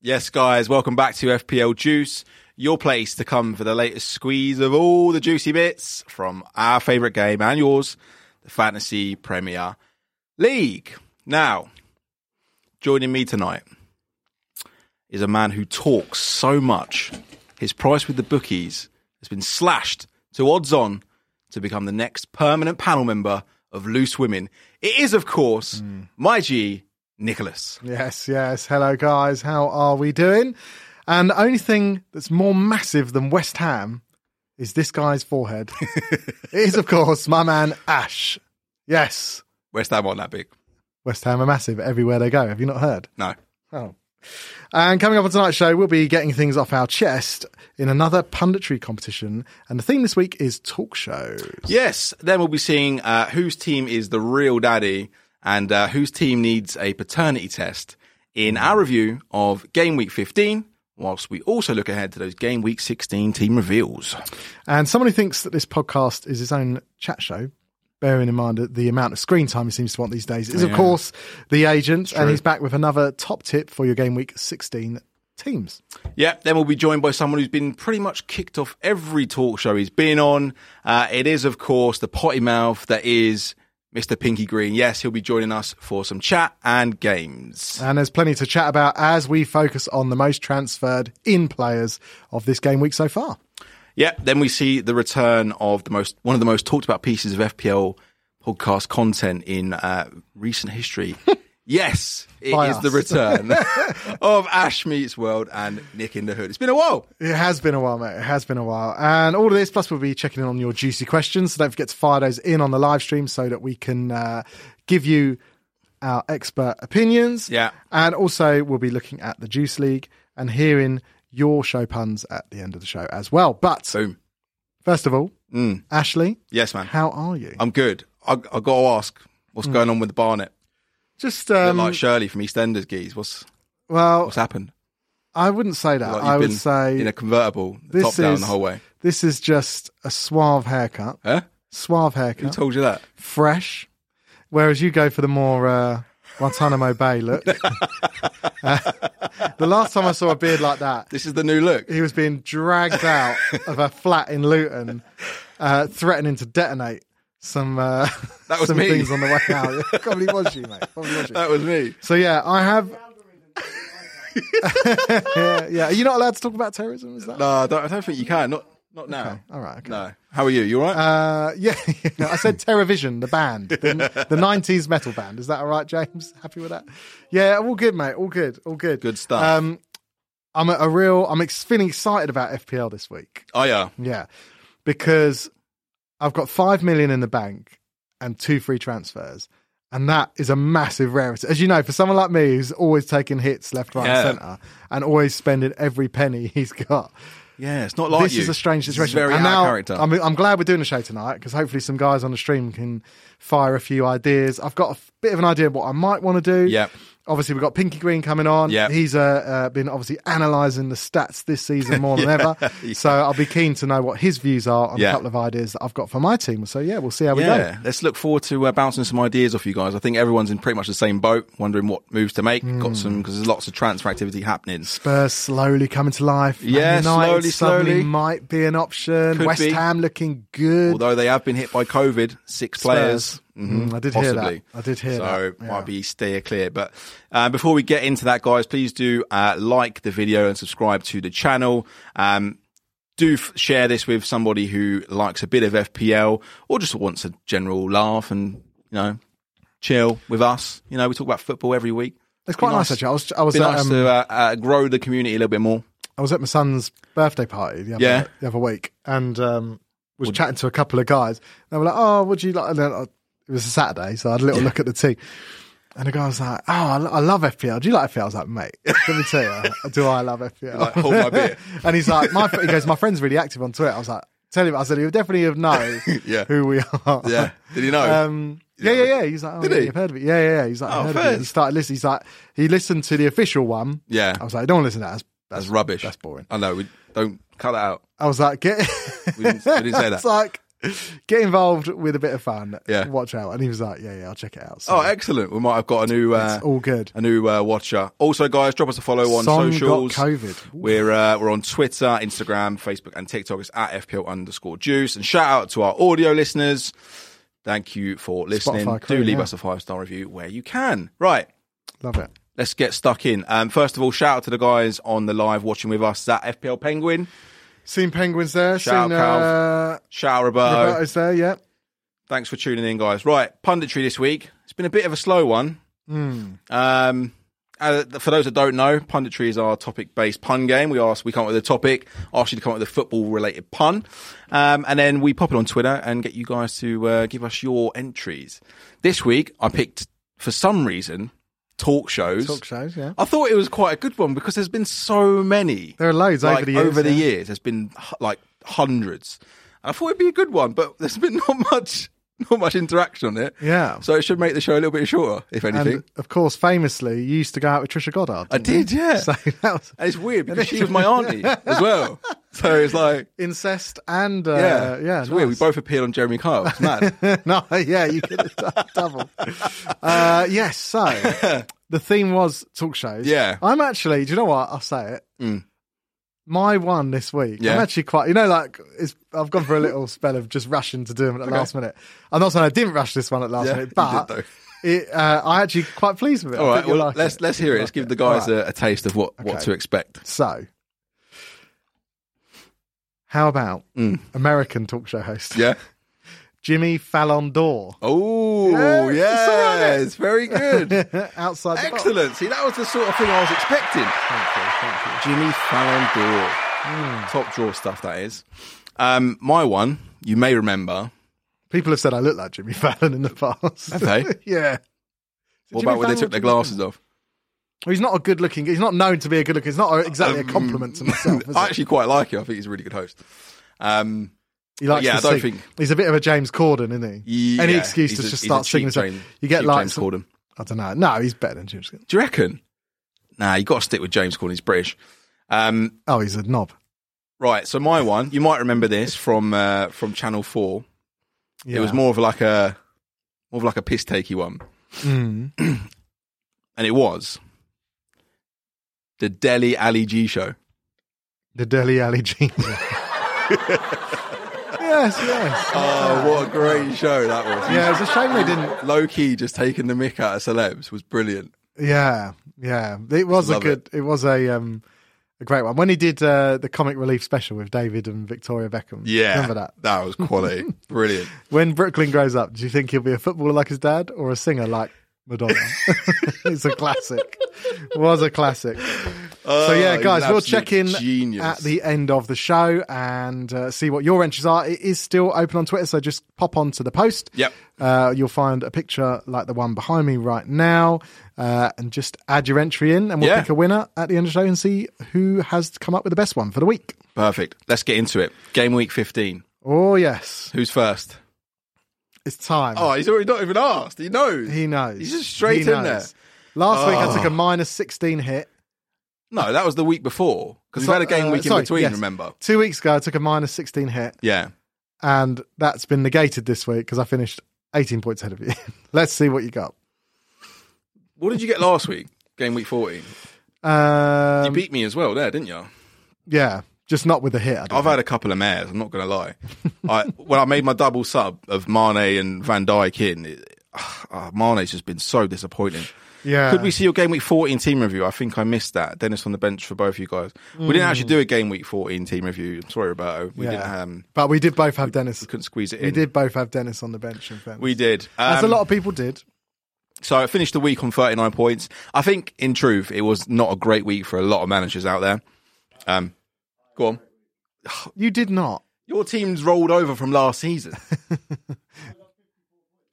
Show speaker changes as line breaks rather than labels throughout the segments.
Yes, guys, welcome back to FPL Juice, your place to come for the latest squeeze of all the juicy bits from our favourite game and yours, the Fantasy Premier League. Now, joining me tonight is a man who talks so much. His price with the bookies has been slashed to odds on to become the next permanent panel member of Loose Women. It is, of course, my G, Nicholas.
Yes, yes. Hello, guys. How are we doing? And the only thing that's more massive than West Ham is this guy's forehead. it is, of course, my man Ash. Yes,
West Ham aren't that big.
West Ham are massive everywhere they go. Have you not heard?
No.
Oh. And coming up on tonight's show, we'll be getting things off our chest in another punditry competition. And the theme this week is talk shows.
Yes, then we'll be seeing uh, whose team is the real daddy and uh, whose team needs a paternity test in our review of game week 15, whilst we also look ahead to those game week 16 team reveals.
And someone who thinks that this podcast is his own chat show, bearing in mind the amount of screen time he seems to want these days, is of course the agent. And he's back with another top tip for your game week 16 teams.
Yep, then we'll be joined by someone who's been pretty much kicked off every talk show he's been on. Uh, it is, of course, the potty mouth that is Mr. Pinky Green. Yes, he'll be joining us for some chat and games.
And there's plenty to chat about as we focus on the most transferred in players of this game week so far.
Yep. Then we see the return of the most one of the most talked about pieces of FPL podcast content in uh, recent history. yes, it is
By us.
the return of Ash Meets World and Nick in the Hood. It's been a while.
It has been a while, mate. It has been a while. And all of this, plus we'll be checking in on your juicy questions. So don't forget to fire those in on the live stream so that we can uh, give you our expert opinions.
Yeah.
And also, we'll be looking at the Juice League and hearing your show puns at the end of the show as well. But
Boom.
first of all, Ashley,
Yes, man.
how are you?
Mm. I'm good. I, I got to ask, what's going on with the Barnet?
Just,
Bit
Hmm. um,
like Shirley from EastEnders, geez. What's
well,
what's happened?
I wouldn't say that.
Like
I would
been
say
in a convertible,
this
top down
is-
the whole way.
this is just a suave haircut.
Huh?
Suave
Who
haircut.
told you that?
fresh, whereas you go for the more uh, Guantanamo Bay look. Uh, the last time I saw a beard like that,
This is the new look.
he was being dragged out of a flat in Luton, uh, threatening to detonate some uh,
That was
some
me.
things on the way out. It Probably was you, mate. Probably was you.
That was me.
So yeah, I have. yeah, yeah. Are you not allowed to talk about terrorism? Is that
No, I don't, I don't think you can. Not not now.
all right? Okay.
No. How are you? You all right?
Uh, yeah, yeah, I said Terrorvision, the band, the, the 90s metal band. Is that all right, James? Happy with that? Yeah, all good, mate. All good. All good.
Good stuff.
Um, I'm at a real, I'm ex- feeling excited about FPL this week.
oh, yeah.
Yeah, because I've got 5 million in the bank and two free transfers. And that is a massive rarity. As you know, for someone like me who's always taking hits left, right,
Yeah.
and centre and always spending every penny he's got,
Yeah, it's not like
this
you.
is a strange
This is
situation.
very
and
out of
now,
character.
I'm, I'm glad we're doing the show tonight because hopefully some guys on the stream can fire a few ideas. I've got a f- bit of an idea of what I might want to do.
Yep.
Obviously, we've got Pinky Green coming on.
Yep.
He's uh, uh, been obviously analysing the stats this season more than ever. So I'll be keen to know what his views are on
Yeah.
a couple of ideas that I've got for my team. So yeah, we'll see how we go.
yeah, let's look forward to uh, bouncing some ideas off you guys. I think everyone's in pretty much the same boat, wondering what moves to make. Got some because there's lots of transfer activity happening.
Spurs slowly coming to life. Man
Yeah,
United
slowly,
suddenly
slowly.
might be an option.
Could
West
be.
Ham looking good.
Although they have been hit by COVID, six players.
Spurs.
Mhm,
Mm, I did hear that.
possibly.
I did hear
so
that, yeah.
might be steer clear. But uh, before we get into that, guys, please do uh, like the video and subscribe to the channel. Um, do f- share this with somebody who likes a bit of FPL or just wants a general laugh and you know chill with us. You know, we talk about football every week.
it's quite
be
nice,
nice-
actually. I was, I was
Be
at,
nice
um,
to uh, uh, grow the community a little bit more.
I was at my son's birthday party the other,
Yeah.
the other week and um, was chatting to a couple of guys. They were like, "Oh, would you like?" And then I, it was a Saturday, so I had a little look at the team. And the guy was like, "Oh, I, lo- I love FPL. Do you like FPL?" I was like, "Mate, let me tell you, do I love FPL?"
like, "Hold my beer."
and he's like, "My fr- he goes, my friend's really active on Twitter." I was like, "Tell him," I said, "He'll definitely have known
Yeah.
who we are."
Yeah, did you know?
Um, yeah, yeah, yeah. He's like, oh,
Did
yeah,
he?
you've heard of it. Yeah, yeah, yeah. He's like,
Oh,
I heard of
fair.
it. He started listening. He's like, he listened to the official one.
yeah,
I was like, I don't want to listen to that. That's,
that's rubbish.
That's boring.
I know. We don't cut that out.
I was like, get.
We didn't- we didn't say that.
It's like, Get involved with a bit of fun.
Yeah.
Watch out. And he was like, yeah, yeah, I'll check it out. So
Oh, excellent. We might have got a new uh,
it's all good.
a new uh, watcher. Also, guys, drop us a follow on
Song got
socials.
COVID. Ooh.
We're uh, we're on Twitter, Instagram, Facebook, and TikTok. It's at FPL underscore Juice. And shout out to our audio listeners. Thank you for listening.
Spotify
Do
crew,
leave
yeah.
us a five star review where you can. Right.
Love it.
Let's get stuck in. Um, first of all, shout out to the guys on the live watching with us. That FPL Penguin.
Seen penguins there.
Shout
seen
out, Oh.
uh,
Shout out Roberto.
Roberto's there. Yeah.
Thanks for tuning in, guys. Right, punditry this week. It's been a bit of a slow one.
Hmm.
Um, uh, for those that don't know, punditry is our topic-based pun game. We ask, we come up with a topic, ask you to come up with a football-related pun, um, and then we pop it on Twitter and get you guys to uh, give us your entries. This week, I picked for some reason talk shows.
Talk shows. Yeah.
I thought it was quite a good one because there's been so many.
There are loads
like,
over the years.
Over the
yeah.
years, there's been h- like hundreds. And I thought it'd be a good one, but there's been not much, not much interaction on it.
Yeah.
So it should make the show a little bit shorter, if
And
anything.
of course, famously, you used to go out with Trisha Goddard.
I did, yeah.
So that was
and it's weird because she was my auntie as well. So it's like,
incest and uh,
yeah,
yeah, yeah
it's weird. We both appeared on Jeremy Kyle. It's mad.
no, yeah, you could have done double. Uh, yes, so the theme was talk shows.
Yeah. Mm.
I'm actually. Do you know what? I'll say it. My one this week.
Yeah.
I'm actually quite. You know, like it's, I've gone for a little spell of just rushing to do them at the last minute. I'm not saying I didn't rush this one at last
Yeah, you
minute,
did
but
though.
it, uh, I actually quite pleased with it.
All
I
right,
think you'll
well,
like
let's
it.
let's hear it. Let's give the guys a, a taste of what, what
Okay.
to expect.
So, how about American talk show host
Mm. Yeah.
Jimmy Fallon Dor?
Oh,
Yeah, it's all right,
yes,
isn't
it's very good.
Outside the box.
Excellent. See, that was the sort of thing I was expecting.
Thank you, thank you.
Jimmy Fallon door.
Hmm.
Top drawer stuff, that is. Um, my one, you may remember.
People have said I look like Jimmy Fallon in the past.
Have they?
yeah.
What about when they took their glasses off?
He's not a good looking. He's not known to be a good looking. It's not a, exactly a compliment to myself. Is
Um, I
it?
actually quite like him. I think he's a really good host. Um,
He likes
yeah,
to
I don't
sing.
think-
He's a bit of a James Corden, isn't he?
yeah,
Any excuse
he's
to
a-
just
he's a
start
cheap
singing.
James,
you get
cheap
like
James
some-
Corden.
I don't know. No, he's better than James Corden.
Do you reckon? Nah, you got to stick with James Corden. He's British. Um,
Oh, he's a knob.
right. So my one, you might remember this from uh, from Channel Four.
Yeah.
It was more of like a more of like a piss takey one,
Mm.
and it was the Delhi Ali G show.
the Delhi Alley Jeans. yes, yes.
Oh, what a great show that was.
yeah, it's a shame they didn't.
Low key, just taking the mick out of celebs was brilliant.
Yeah, yeah. It was a
Love
good. It. was a um a great one when he did uh, the comic relief special with David and Victoria Beckham.
Yeah.
remember that?
was quality. brilliant.
When Brooklyn grows up, do you think he'll be a footballer like his dad or a singer like Madonna? it's a classic. Was a classic. so
Oh,
yeah,
he's
guys,
an
we'll
absolute
check in
genius.
at the end of the show and uh, see what your entries are. It is still open on Twitter, so just pop onto the post.
Yep.
Uh, you'll find a picture like the one behind me right now, uh, and just add your entry in, and we'll
Yeah.
pick a winner at the end of the show and see who has come up with the best one for the week.
Perfect. Let's get into it. Game week 15.
Oh yes,
Who's first?
it's time.
Oh, he's already not even asked. He knows.
He knows.
He's just straight
He
in there.
knows. Last week I
Oh.
took a minus 16 hit.
No, that was the week before because
So-
we've had a game
uh,
week
sorry,
in between,
yes.
remember?
Two weeks ago I took a minus 16 hit,
Yeah.
and that's been negated this week because I finished 18 points ahead of you. Let's see what you got.
What did you get last week? Game week 14. You
Um,
beat me as well there, didn't you?
yeah, just not with a hit. I don't
I've had a couple of mares. I'm not going to lie. I, when I made my double sub of Mane and Van Dijk in, it, ah, Mane's just been so disappointing.
yeah.
Oh, Could we see your game week 14 team review? I think I missed that. Dennis on the bench for both you guys. We didn't actually do a game week 14 team review. I'm sorry, Roberto. We
Mm. Yeah.
didn't. Um,
but we did both have Dennis.
we couldn't squeeze it in.
We did both have Dennis on the bench. In fairness.
We did.
As a
Um,
lot of people did.
So I finished the week on 39 points. I think, in truth, it was not a great week for a lot of managers out there. Um, go on.
You did not.
Your team's rolled over from last season.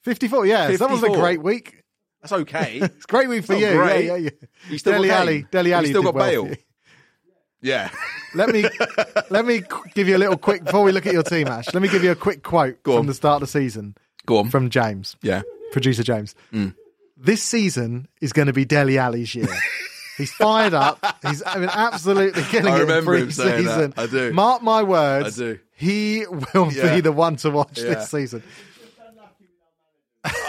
54, yeah. so that was a
54.
great week.
That's okay.
It's a great week for
not
you. Yeah,
great.
Yeah, yeah,
You still
Dele
got Kane.
Alli. Dele
You
Alli
still
did
got
well
Bale.
for you.
Yeah.
Let me let me qu- give you a little quick before we look at your team, Ash. Let me give you a quick quote
Go on.
from the start of the season
Go on.
from James,
yeah. Mm.
producer James. This season is going to be Deli Alley's year. He's fired up. He's I mean, absolutely killing
I
it in
remember him saying that.
pre-season.
I do.
Mark my words.
I do.
He will
Yeah.
be the one to watch
Yeah.
this season.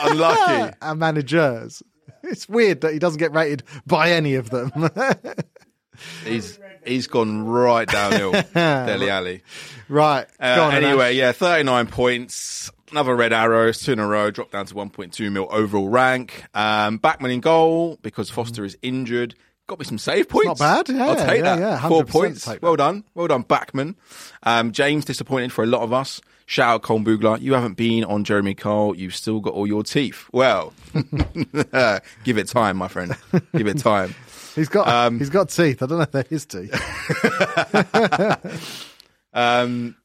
Unlucky.
and managers. It's weird that he doesn't get rated by any of them.
he's he's gone right downhill. Deli Alley.
right.
Uh,
go on, Ash.
anyway, yeah, 39 points. Another red arrows, two in a row, dropped down to 1.2 mil overall rank. Um, Backman in goal because Foster is injured. Got me some save points.
bad, yeah,
I'll take
yeah,
that.
yeah,
Four
100%
points.
take that.
Well done. Well done, Backman. Um, James, disappointed for a lot of us. Shout out Colm Bugler. You haven't been on Jeremy Cole. You've still got all your teeth. Well, give it time, my friend. Give it time.
he's got he's got teeth. I don't know if they're his teeth.
Um,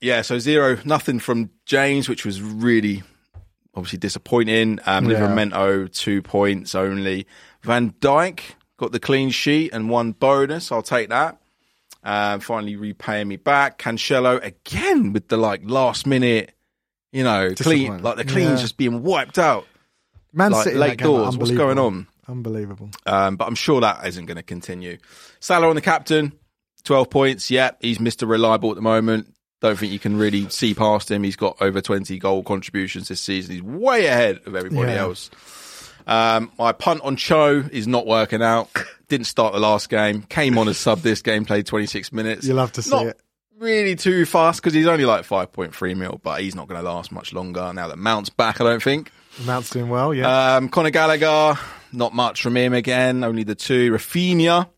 yeah, so zero, nothing from James, which was really obviously disappointing. Um,
Yeah.
Livramento, two points only. Van Dyke got the clean sheet and one bonus. I'll take that. Um, finally repaying me back. Cancelo again with the like last minute, you know, clean,
Disappointment.
like the cleans
Yeah.
just being wiped out.
Man
Like
City
late
that game,
doors. What's
unbelievable.
going on?
Unbelievable.
Um, but I'm sure that isn't going to continue. Salah on the captain, 12 points. Yep, he's Mr. Reliable at the moment. Don't think you can really see past him. He's got over 20 goal contributions this season. He's way ahead of everybody
Yeah.
else. Um, my punt on Cho is not working out. Didn't start the last game. Came on as sub this game, played 26 minutes.
You'll have to see
Not
it.
Really too fast because he's only like 5.3 mil, but he's not going to last much longer now that Mount's back, I don't think.
Mount's doing well. Yeah.
Um, Conor Gallagher, not much from him again, only the two. Rafinha,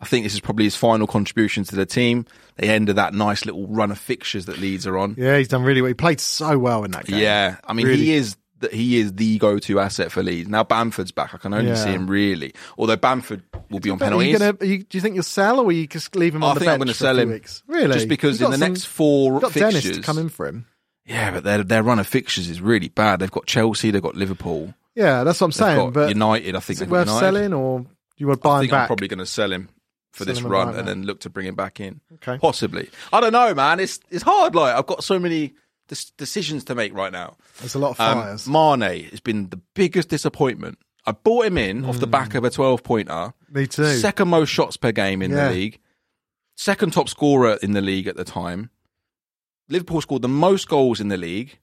I think this is probably his final contribution to the team. They ended that nice little run of fixtures that Leeds are on.
yeah, he's done really well. He played so well in that
Yeah,
game.
I mean,
Really.
he is. The, he is the go-to asset for Leeds. Now Bamford's back. I can only
Yeah.
see him really. Although Bamford will be on
But Are
penalties.
you gonna, are you, do you think you'll sell or will you just leave him on
I
the
think I'm
bench
going to
for
sell
a few
him.
weeks? Really?
Just because
You've
in
got
the
some-
next four
you've got
fixtures,
Dennis to come in for him.
yeah, but their their run of fixtures is really bad. They've got Chelsea, they've got Liverpool,
Yeah, that's what I'm
they've
saying.
got
But
United. I think
is it
they've
worth
got United.
selling or you would buy
I
him
think I'm
back?
probably going to sell him for
Sell
this
him and
run
buy him
and
back.
then look to bring him back in.
Okay.
Possibly. I don't know, man. It's it's hard. Like I've got so many dis- decisions to make right now.
There's a lot of
Um,
fires.
Mane has been the biggest disappointment. I bought him in off the
Mm.
back of a 12 pointer.
Me too.
Second most shots per game in
Yeah.
the league. Second top scorer in the league at the time. Liverpool scored the most goals in the league.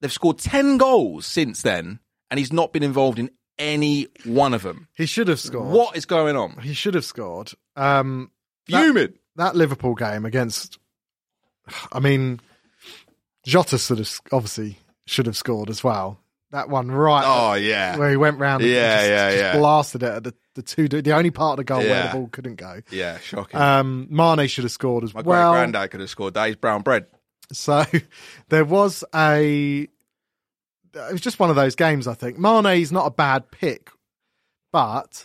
They've scored 10 goals since then, and he's not been involved in any one of them.
he should have scored.
What is going on?
He should have scored. Um,
Fuming.
that Liverpool game against, I mean, Jota should have obviously should have scored as well. That one right
Oh yeah,
where he went round, and
Yeah,
just,
yeah,
just
yeah.
blasted it at the, the two, the only part of the goal where
Yeah.
the ball couldn't go.
yeah, shocking.
Um, Mane should have scored as
My
well.
great granddad could have scored that. He's brown bread.
So there was a. It was just one of those games, I think. Mane's not a bad pick, but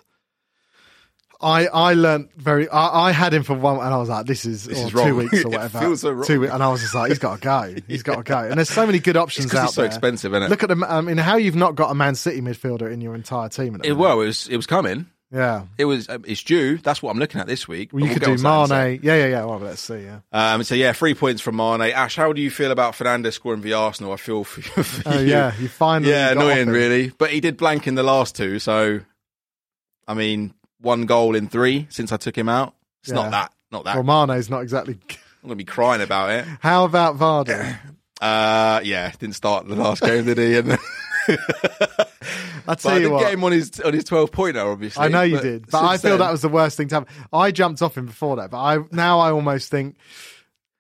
I I learnt very. I, I had him for one, and I was like, "This is,
This
or
is
two
wrong.
weeks or
It
whatever."
feels so wrong.
Two, we- and I was just like, "He's got to go. He's got to go." And there's so many good options
Because
out
it's so
there.
expensive, isn't it?
Look at them. I mean, how you've not got a Man City midfielder in your entire team? At the
it
moment.
well, it was it was coming.
Yeah.
It was um, it's due. That's what I'm looking at this week.
Well, you
But
could
we'll
do
get on
Mane.
to that in a sec.
Yeah, yeah, yeah. Well, let's see. Yeah.
Um, so yeah, three points from Mane. Ash, how do you feel about Fernandez scoring for Arsenal? I feel for, for
Oh,
you.
yeah. You finally.
yeah,
got off
annoying
him.
really. But he did blank in the last two, so I mean, one goal in three since I took him out. It's
Yeah.
not that, not that. I'm
Well, Mane's not exactly.
gonna be crying about it.
How about Vardy?
Uh, yeah, didn't start the last game, did he? And
I'll
But
tell
I
you
did
what.
get him on his on his twelve pointer, obviously.
I know you did, but I
since
feel
then-
that was the worst thing to happen. I jumped off him before that, but I now I almost think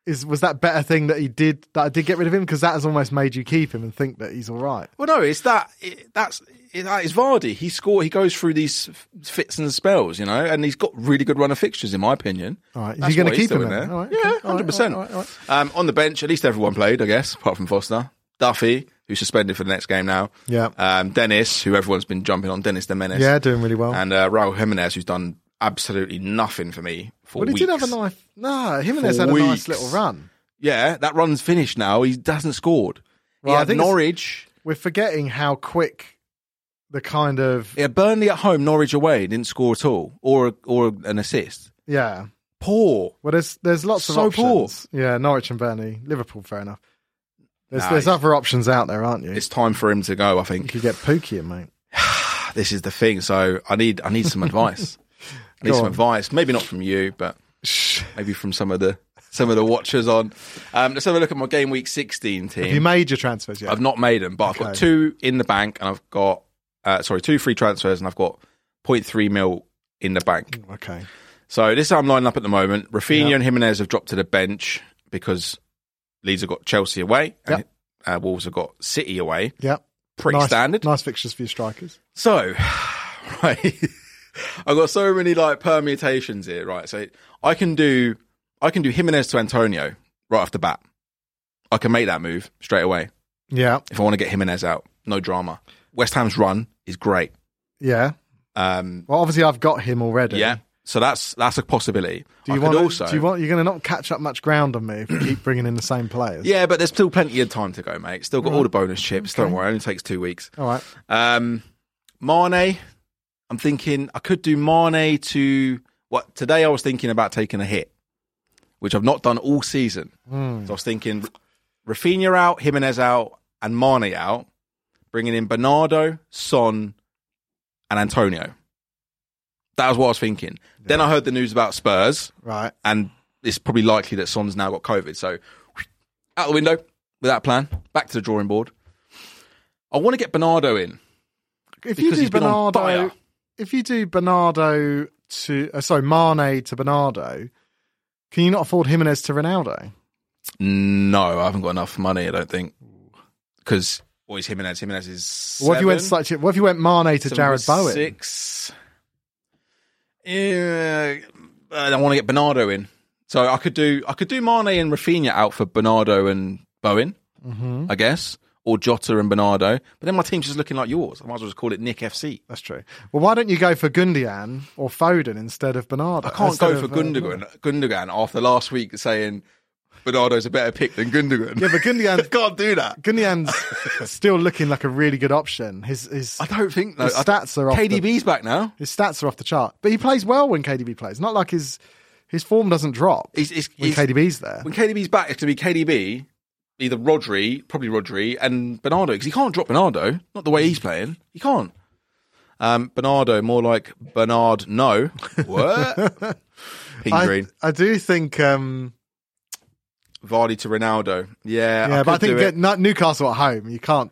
is was that better thing that he did that I did get rid of him because that has almost made you keep him and think that he's all right.
Well, no, it's that it, that's it, that is Vardy. He score. He goes through these f- fits and spells, you know, and he's got really good run of fixtures, in my opinion.
All right, is
That's
he going
why
to
he's
keep
still
him?
in
then?
there.
All right,
yeah,
okay, all right,
hundred percent.
all right, all right.
Um, on the bench, at least everyone played, I guess, apart from Foster, Duffy, who's suspended for the next game now.
Yeah,
Um, Dennis, who everyone's been jumping on, Dennis the Menace.
yeah, doing really well.
And uh, Raul Jimenez, who's done absolutely nothing for me for
Well, he did have
weeks.
a nice. No, Jimenez
For
had a nice
weeks.
little run.
Yeah, that run's finished now. He hasn't scored.
Well, I
he had
think it's-
Norwich.
We're forgetting how quick the kind of
Yeah, Burnley at home, Norwich away, didn't score at all, or or an assist.
yeah.
Poor.
Well, there's there's lots of
So
options. Yeah, Norwich and Burnley, Liverpool, fair enough. There's
Nah,
there's
he's-
other options out there, aren't you?
It's time for him to go. I
You
think
could get Pookie in, mate.
this is the thing. So I need I need some advice. I need
Go
some
on.
advice. Maybe not from you, but
Shh.
maybe from some of the some of the watchers on. Um, let's have a look at my game week 16 team.
Have you made your transfers yet?
I've not made them, but I've got
Okay.
two in the bank, and I've got uh, sorry two free transfers, and I've got 0.3 mil in the bank.
okay.
So this is how I'm lining up at the moment. Rafinha
Yeah.
and Jimenez have dropped to the bench because Leeds have got Chelsea away, and uh, Wolves have got City away.
Yep.
Pretty
nice,
standard.
Nice fixtures for your strikers.
So, right, I've got so many like permutations here. Right, so I can do I can do Jimenez to Antonio right off the bat. I can make that move straight away
Yeah.
if I want to get Jimenez out. No drama. West Ham's run is great.
Yeah.
Um,
Well, obviously, I've got him already.
yeah, so that's that's a possibility.
Do you
I
want?
could also?
Do you want? You're going to not catch up much ground on me if you keep bringing in the same players.
yeah, but there's still plenty of time to go, mate. Still got all the bonus chips. Don't worry, it only takes two weeks.
All right.
Um, Mane, I'm thinking I could do Mane to what today I was thinking about taking a hit, which I've not done all season. So I was thinking Rafinha out, Jimenez out, and Mane out, bringing in Bernardo, Son, and Antonio. That was what I was thinking. Then I heard the news about Spurs,
Right.
and it's probably likely that Son's now got COVID. So out the window with that plan, back to the drawing board. I want to get Bernardo in.
If
Because
you
he's
do
been on
Bernardo,
fire.
if you do Bernardo to uh, sorry Mane to Bernardo, can you not afford Jimenez to Ronaldo?
No, I haven't got enough money. I don't think because always Jimenez. Jimenez is seven,
What if you went slightly? What if you went Mane to
seven
Jared
was
Bowen?
Six. Yeah, I don't want to get Bernardo in, so I could do I could do Mane and Rafinha out for Bernardo and Bowen,
Mm-hmm.
I guess, or Jota and Bernardo. But then my team's just looking like yours. I might as well just call it Nick FC.
That's true. Well, why don't you go for Gundian or Foden instead of Bernardo?
I can't go for
of, uh,
Gundogan. Gundogan after last week saying Bernardo's a better pick than Gundogan.
yeah, but Gundian.
can't do that.
Gundian's still looking like a really good option. His his
I don't think no.
his stats are off the-
KDB's back now.
His stats are off the chart, but he plays well when KDB plays. Not like his his form doesn't drop
He's, he's,
when
he's-
KDB's there.
when KDB's back, it's going to be KDB, either Rodri, probably Rodri, and Bernardo because he can't drop Bernardo. Not the way he's playing. He can't. Um, Bernardo, more like Bernard. No, what? Pink
I,
green.
I do think, um,
Vardy to Ronaldo. Yeah,
yeah,
I
but I
could
think
do it.
get not Newcastle at home. You can't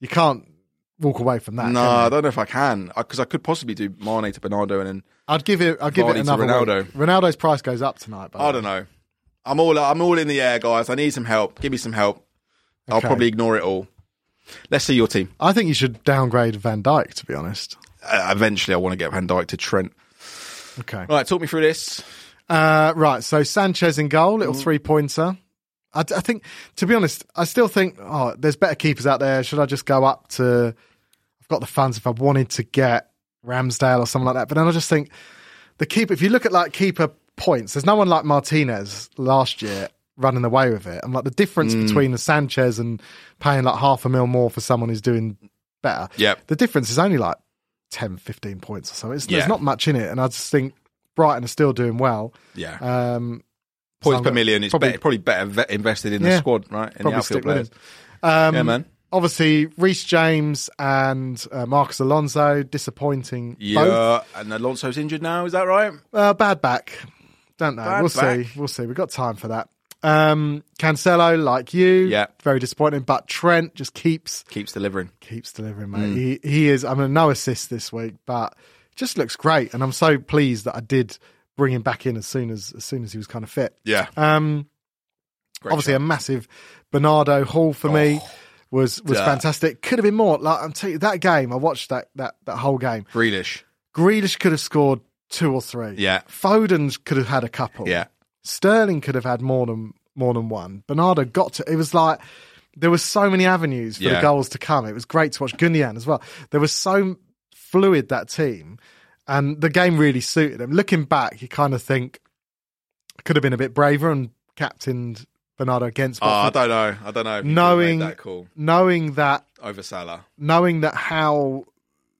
you can't walk away from that.
No,
can you?
I don't know if I can because I, could possibly do Mane to Bernardo and then
I'd give it. I'd give
Vardy
it
to
another.
Ronaldo.
week. Ronaldo's price goes up tonight. By the
I
way.
don't know. I'm all I'm all in the air, guys. I need some help. Give me some help. I'll
Okay.
probably ignore it all. Let's see your team.
I think you should downgrade Van Dyke. To be honest.
Uh, eventually, I want to get Van Dyke to Trent.
Okay.
Right, talk me through this.
Uh, right. So Sanchez in goal,
Mm.
little three pointer. I, I think, to be honest, I still think, oh, there's better keepers out there. Should I just go up to? I've got the funds if I wanted to get Ramsdale or something like that. But then I just think the keeper. If you look at like keeper points, there's no one like Martinez last year running away with it. And like the difference
Mm.
between the Sanchez and paying like half a mil more for someone who's doing better.
Yep.
The difference is only like 10, 15 points or so. It's,
Yeah.
There's not much in it. And I just think Brighton are still doing well.
Yeah,
Um,
points
so
per
I'm
million. It's
probably-
better, Uh, probably better ve- invested in the
Yeah.
squad, right? In the
probably
outfield
stick with
players.
him. Um,
Yeah, man.
Obviously, Reece James and uh, Marcus Alonso disappointing. Both.
Yeah, and Alonso's injured now. Is that right?
Uh, bad back. Don't know.
Bad
we'll
back.
see. We'll see. We've got time for that. Um, Cancelo, like you,
Yeah.
very disappointing. But Trent just keeps
Keeps delivering.
keeps delivering, mate.
Mm.
He he is. I mean, no assist this week, but just looks great, and I'm so pleased that I did bring him back in as soon as as soon as he was kind of fit.
Yeah,
Um,
Great
obviously a massive Bernardo haul for me
Oh.
was was
Duh.
fantastic. Could have been more. Like I'm telling you, that game I watched that that that whole game.
Grealish.
Grealish could have scored two or three.
Yeah.
Foden could have had a couple.
Yeah,
Sterling could have had more than more than one. Bernardo got to. It was like there were so many avenues for
Yeah.
the goals to come. It was great to watch Gundian as well. There was so fluid that team, and the game really suited him. Looking back, you kind of think I could have been a bit braver and captained Bernardo against.
oh, I
Watford.
don't know. I don't know. if you could've made
Knowing-
that call
knowing that
over Salah.
knowing that how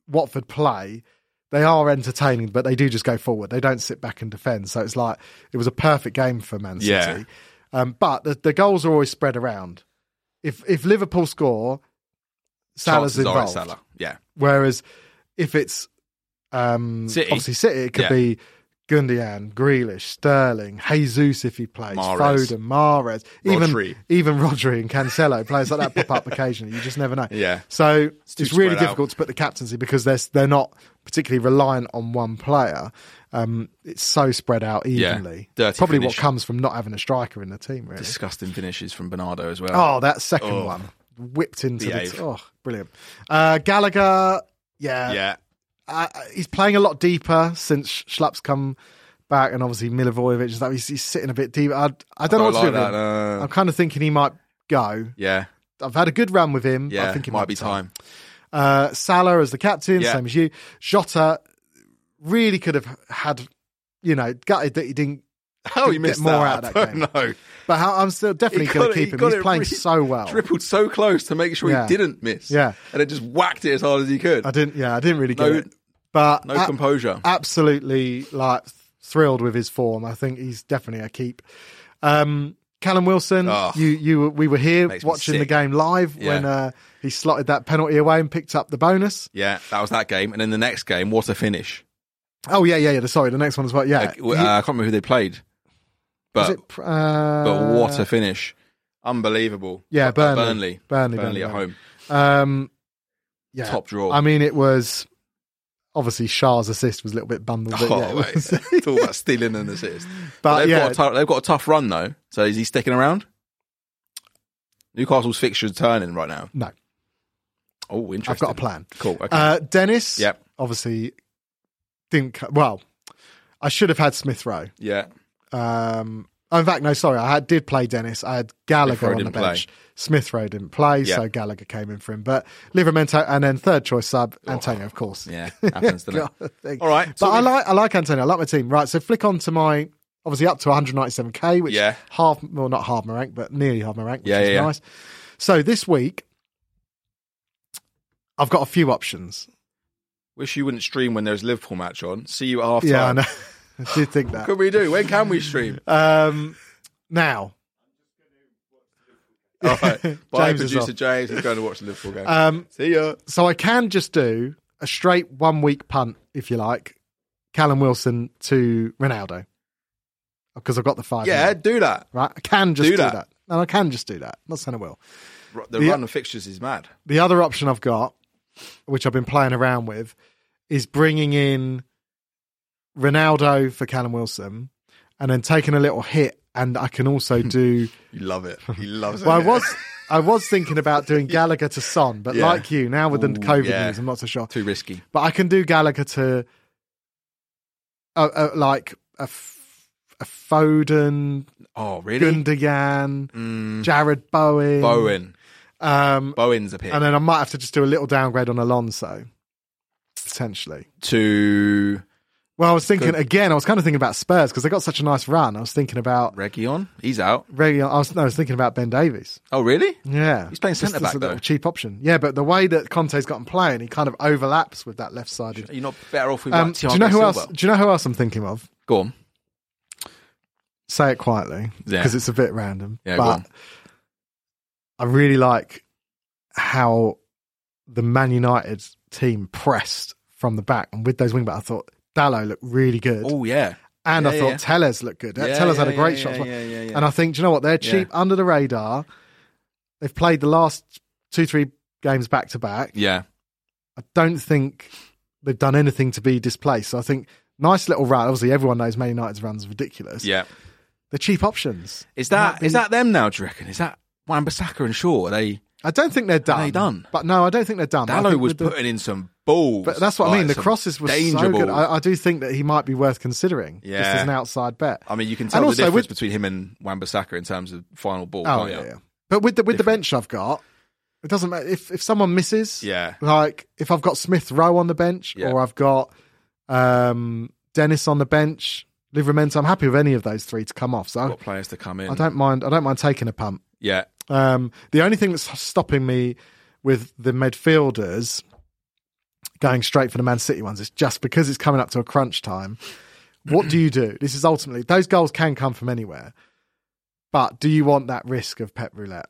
Watford play, they are entertaining, but they do just go forward. They don't sit back and defend. So it's like it was a perfect game for Man City.
Yeah.
Um, but the, the goals are always spread around. If if Liverpool score, Salah's
Chances are it's
involved.
Salah. Yeah,
Whereas if it's um,
City.
obviously City, it could
Yeah.
be Gundian, Grealish, Sterling, Jesus if he plays,
Mahrez.
Foden, Mares, even
Rodri.
even Rodri and Cancelo, players like that pop up occasionally. You just never know.
Yeah.
So it's,
too
really
spread out.
difficult to put the captaincy because they're s- they're not particularly reliant on one player. Um, it's so spread out evenly.
Dirty
Probably
finish.
what comes from not having a striker in the team. Really.
Disgusting finishes from Bernardo as well.
Oh, that second
Oh.
one whipped into the.
Behave.
T- oh, brilliant. Uh, Gallagher, yeah,
yeah.
uh, he's playing a lot deeper since Sch- Schlapp's come back, and obviously Milivojevic is that he's, he's sitting a bit deeper. I, I don't know what
like
to do. With
that.
him.
no.
I'm kind of thinking he might go.
yeah.
I've had a good run with him. but
Yeah.
I think it
might, be time.
Uh, Salah as the captain,
Yeah.
same as you. Jota really could have had, you know, gutted that he didn't.
Oh, you
get
missed
more
that.
out of
I
that
don't know.
But how, I'm still definitely
got
going
it-
to
he
keep him.
got
He's
it
playing
really-
so well.
Tripled so close to make sure
Yeah.
he didn't miss.
Yeah.
And then just whacked it as hard as he could.
I didn't. Yeah, I didn't really get
No-
it. But
no
a-
composure.
absolutely like thrilled with his form. I think he's definitely a keep. Um, Callum Wilson,
Oh.
you you were- we were here
Makes me
watching the
sick.
game live
Yeah.
when uh, he slotted that penalty away and picked up the bonus.
yeah, that was that game. And then the next game, what a finish.
Oh yeah, yeah, yeah. Sorry, the next one as well. Yeah,
Like, w- uh, I can't remember who they played,
Was
but
it pr- uh,
but what a finish! Unbelievable.
yeah,
But
Burnley,
Burnley,
Burnley,
Burnley at home,
Um, yeah,
top draw.
I mean, it was obviously Shah's assist was a little bit bundled. but
oh,
yeah, it
mate,
was-
it's all about stealing an assist. But
but
they've,
yeah,
got a tou- they've got a tough run though. So is he sticking around? Newcastle's fixtures turning right now.
no,
Oh, interesting.
I've got a plan.
Cool. Okay.
Uh, Dennis,
Yep.
obviously didn't. co- Well, I should have had Smith Rowe.
yeah.
Um, oh, in fact, no, sorry, I had, did play Dennis. I had
Smith Rowe
Gallagher on the
didn't play.
bench. Smith Rowe didn't play,
Yeah.
so Gallagher came in for him. But Livermento, and then third choice sub Antonio, of course.
Oh, Yeah. Happens, doesn't it?
God, I think.
All right.
But
so
I
we-
like I like Antonio. I like my team. Right, so flick on to my obviously up to 197k, which
Yeah.
half well not half my rank, but nearly half my rank, which
Yeah,
is
yeah, yeah.
nice. So this week, I've got a few options.
Wish you wouldn't stream when there's Liverpool match on. See you at half time.
Yeah, I know. I did think that.
What can we do? When can we stream?
Um, now,
All right. Bye,
James is
producer
off.
James. is going to watch the Liverpool game.
um,
See ya.
so I can just do a straight one week punt, if you like, Callum Wilson to Ronaldo, because I've got the five.
Yeah,
now,
do that.
right. I can just
do
do
that.
that. and I can just do that. not saying I will.
R- The
The-
run of fixtures is mad.
The other option I've got, which I've been playing around with, is bringing in Ronaldo for Callum Wilson, and then taking a little hit. And I can also do.
You love it. He loves it.
Well, I
yeah.
was I was thinking about doing Gallagher to Son, but
Yeah.
like you, now with the
Ooh,
COVID
yeah.
news, I'm not so sure.
too risky.
But I can do Gallagher to, uh, uh, like a, F- a Foden,
Oh, really?
Gundogan,
Mm,
Jared Bowen,
Bowen.
um,
Bowen's a pick
and then I might have to just do a little downgrade on Alonso, potentially.
to
Well, I was thinking
Good.
again. I was kind of thinking about Spurs because they got such a nice run. I was thinking about.
Region. He's out.
Really, I was, no, I was thinking about Ben Davies.
Oh, really?
Yeah,
He's playing
Just
centre back
as a little
though.
cheap option. Yeah, but the way that Conte's gotten playing, he kind of overlaps with that left-sided.
You're not better off with
Um,
like,
do you know
Thiago
who
Silva?
else? Do you know who else I'm thinking of?
Go on.
Say it quietly
Yeah.
because it's a bit random.
Yeah, go on.
but I really like how the Man United team pressed from the back and with those wing backs. I thought Dallo looked really good,
Oh, yeah.
and I
yeah,
thought
yeah.
Tellez looked good.
yeah
Tellez had
yeah,
a great
yeah,
shot. as well.
Yeah, yeah, yeah.
And I think, do you know what? They're cheap, under the radar. They've played the last two, three games back to back.
yeah.
I don't think they've done anything to be displaced. So I think nice little run. Obviously, everyone knows Man United's runs are ridiculous.
Yeah.
They're cheap options.
Is that
Might
is
be-
that them now? Do you reckon? Is that Wan-Bissaka and Shaw? Are they
I don't think they're done.
they done?
But no, I don't think they're done. I
Dallo
think
was
with the-
putting in some balls.
But that's what I
like,
mean. The
some
crosses were
danger
so good.
balls.
I, I do think that he might be worth considering just
Yeah.
as an outside bet.
I mean, you can
And
tell the
also
difference
with-
between him and Wan-Bissaka in terms of final ball.
Oh
can't
yeah,
you?
yeah. But with the with the bench I've got, it doesn't matter if if someone misses.
Yeah.
Like if I've got Smith Rowe on the bench
Yeah.
or I've got um, Dennis on the bench, Livermento. I'm happy with any of those three to come off. So
Got players to come in.
I don't mind. I don't mind taking a pump.
yeah,
Um, the only thing that's stopping me with the midfielders going straight for the Man City ones is just because it's coming up to a crunch time. What do you do? This is ultimately those goals can come from anywhere, but do you want that risk of Pep Roulette?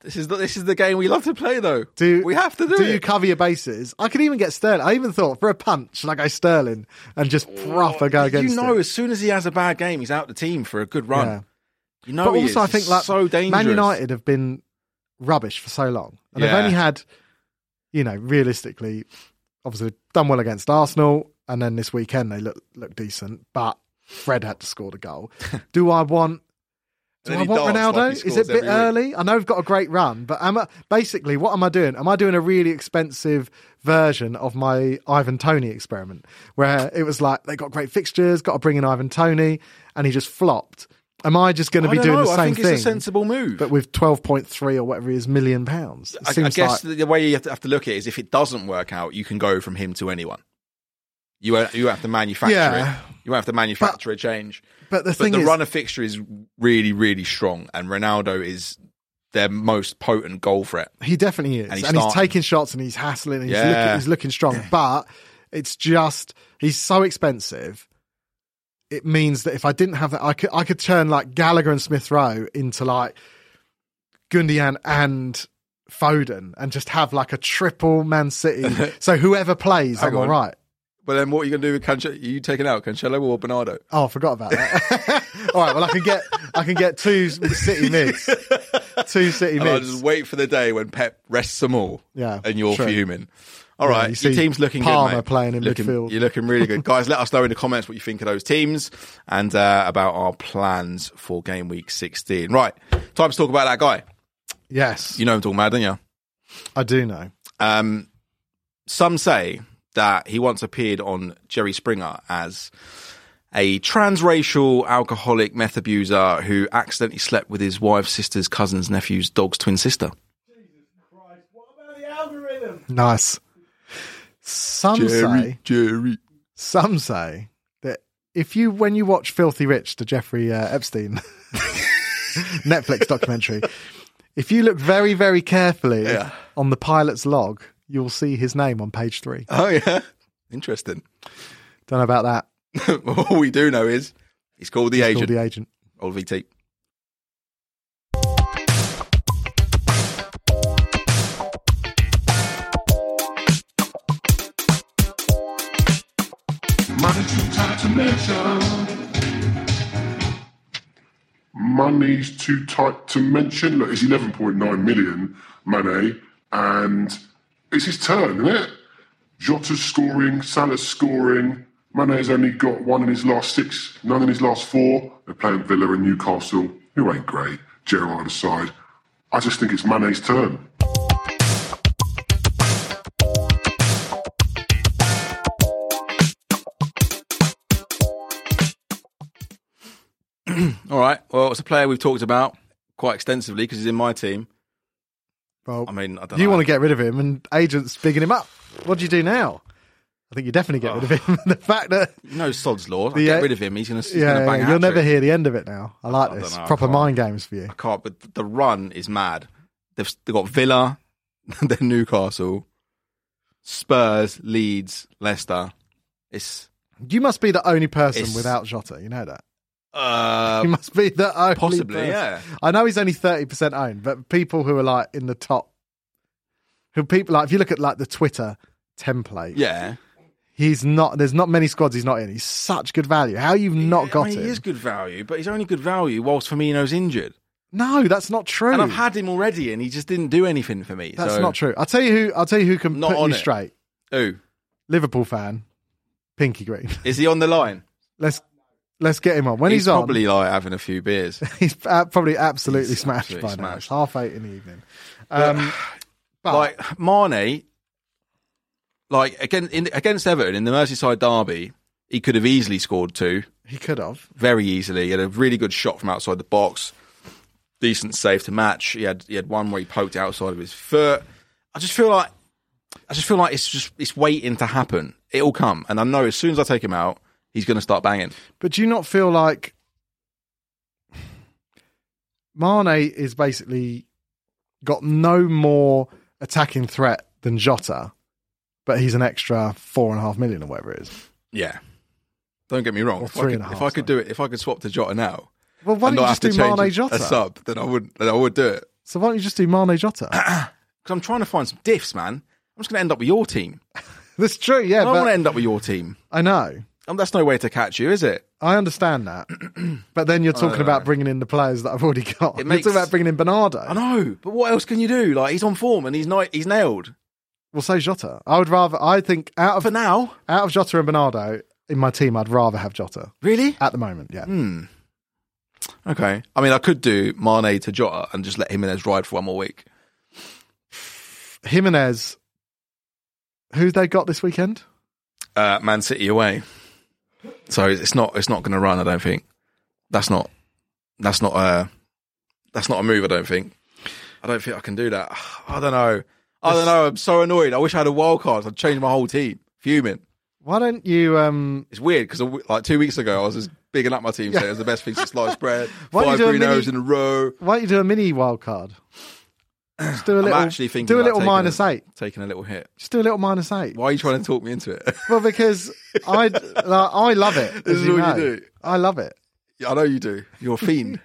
This is the, this is the game we love to play, though.
Do
we have to do,
you
it?
cover your bases? I could even get Sterling. I even thought for a punch, like I Sterling, and just proper go against.
you know,
it.
as soon as he has a bad game, he's out the team for a good run.
Yeah.
You know,
But
he
also,
is.
I think
He's
like
so dangerous.
Man United have been rubbish for so long, and
Yeah.
they've only had, you know, realistically, obviously done well against Arsenal, and then this weekend they look look decent. But Fred had to score the goal. Do I want? Do
And
I
then he
want
darts
Ronaldo?
like he
Is
scores
it a bit
every week.
early? I know we've got a great run, but am I, basically what am I doing? Am I doing a really expensive version of my Ivan Tony experiment, where it was like they got great fixtures, got to bring in Ivan Tony, and he just flopped? Am I just going to
I
be
don't
doing
know.
the same
I think
thing?
it's a sensible move.
but with 12.3 or whatever it is million pounds. It
I, I
seems
guess
like,
the- the way you have to, have to look at it is if it doesn't work out, you can go from him to anyone. You won't, you won't have to manufacture
Yeah.
it. You won't have to manufacture a change.
but the
But
thing
the
is,
runner fixture is really, really strong, and Ronaldo is their most potent goal threat.
he definitely is,
And
and
he's
he's,
starting.
taking shots and he's hassling and he's,
Yeah.
looking, he's looking strong. But it's just he's so expensive. It means that if I didn't have that, I could I could turn like Gallagher and Smith Rowe into like Gundian and Foden, and just have like a triple Man City. so whoever plays,
Hang
I'm all
on.
right.
But then what are you going to do with Cancelo? You taking out Cancelo or Bernardo?
Oh, I forgot about that. All right, well, I can get I can get two city mids, two city
And I'll
mids.
just wait for the day when Pep rests them all.
Yeah,
And you're
true.
fuming. All right,
you
your
see
team's looking good.
Palmer
Mate.
playing in
Looking-
midfield.
You're looking really good. Guys, let us know in the comments what you think of those teams and uh, about our plans for game week 16. Right, time to talk about that guy.
Yes,
You know him talking about, don't you?
I do know.
Um, some say that he once appeared on Jerry Springer as a transracial alcoholic meth abuser who accidentally slept with his wife's sister's cousin's nephew's dog's twin sister.
Nice. Some say,
Jerry.
some say that if you when you watch Filthy Rich, the Jeffrey uh, Epstein Netflix documentary, if you look very very carefully
Yeah.
on the pilot's log, you'll see his name on page three.
Oh yeah, interesting.
Don't know about that.
All we do know is he's called the
Call
agent,
the agent.
old VT.
Money too tight to mention. Money's too tight to mention. Look, it's 11.9 million, Mane, and it's his turn, isn't it? Jota's scoring, Salah's scoring. Mane's only got one in his last six, none in his last four. They're playing Villa and Newcastle, who ain't great, Gerrard aside. I just think it's Mane's turn.
All right. Well, it's a player we've talked about quite extensively because he's in my team.
Well,
I mean, I don't.
you
know.
want to get rid of him, and agents bigging him up. What do you do now? I think you definitely get
Oh.
rid of him. the fact that
no sod's law. I
The,
get
uh,
rid of him. He's going to.
yeah,
bang
yeah,
a
you'll never
hat-trick.
hear the end of it. Now I like
I
this
don't know, I
proper
can't.
mind games for you.
I can't. But the run is mad. They've, they've got Villa, then Newcastle, Spurs, Leeds, Leicester. It's
You must be the only person
It's-
without Jota. You know that.
uh,
You must be the only
possibly
person.
yeah.
I know he's only thirty percent owned, but people who are like in the top, who people like if you look at like the Twitter template,
Yeah,
he's not. There's not many squads he's not in. He's such good value. How you've not got
I mean,
him?
He is good value, but he's only good value whilst Firmino's injured.
No, that's not true.
And I've had him already, and he just didn't do anything for me.
that's
so-
not true. I'll tell you who. I'll tell you who can
Not
put
on
you
it.
straight.
Who
Liverpool fan, Pinky Green.
is he on the line?
Let's let's get him on. When
he's
he's, on,
probably like having a few beers.
he's uh, probably absolutely
He's
smashed
absolutely
by now. It's
smashed.
half eight in the evening. Um, but
like Mane, like again in, against Everton in the Merseyside derby, he could have easily scored two,
he could have.
very easily. He had a really good shot from outside the box, decent save to match. He had he had one where he poked outside of his foot. I just feel like I just feel like it's just it's waiting to happen. It'll come, and I know as soon as I take him out, he's going to start banging.
But do you not feel like Mane is basically got no more attacking threat than Jota, but he's an extra four and a half million or whatever it is.
Yeah. Don't get me wrong.
Or
If I,
three
could,
and a
if
half,
I could do it, if I could swap to Jota now,
Well, why
and
don't
not
you
have
just
to
do
change
Mane
a
Jota?
sub, then I would, then I would do it.
So why don't you just do Mane Jota?
Because I'm trying to find some diffs, man. I'm just going to end up with your team.
That's true. Yeah,
I don't want to
but
end up with your team.
I know.
Um, that's no way to catch you, is it?
I understand that, but then you're talking about bringing in the players that I've already got.
It
You're
makes-
talking about bringing in Bernardo.
I know, but what else can you do? Like he's on form and he's not, he's nailed
Well, so Jota. I would rather. I think out
for
of
now.
out of Jota and Bernardo in my team, I'd rather have Jota
Really?
at the moment. Yeah,
Hmm. Okay. I mean, I could do Mane to Jota and just let Jimenez ride for one more week.
Jimenez. Who they got this weekend?
Uh, Man City away, so it's not it's not going to run. I don't think. That's not that's not a that's not a move. I don't think. I don't think I can do that. I don't know. I don't know. I'm so annoyed. I wish I had a wild card. I'd change my whole team. Fuming. Why don't
You um,
It's weird because like two weeks ago, I was just bigging up my team, saying it was the best thing since sliced bread.
Why don't
five
you do a
green arrows in
mini-
a row.
why don't you do a mini wild card? Just do a
I'm
little.
actually thinking
do a
about
little
taking
minus
a-
eight.
taking a little hit.
Just do a little minus eight.
Why are you trying to talk me into it?
Well, because I like, I love it.
This
as
is
you
all you
know.
do.
I love it.
I know you do. You're a fiend.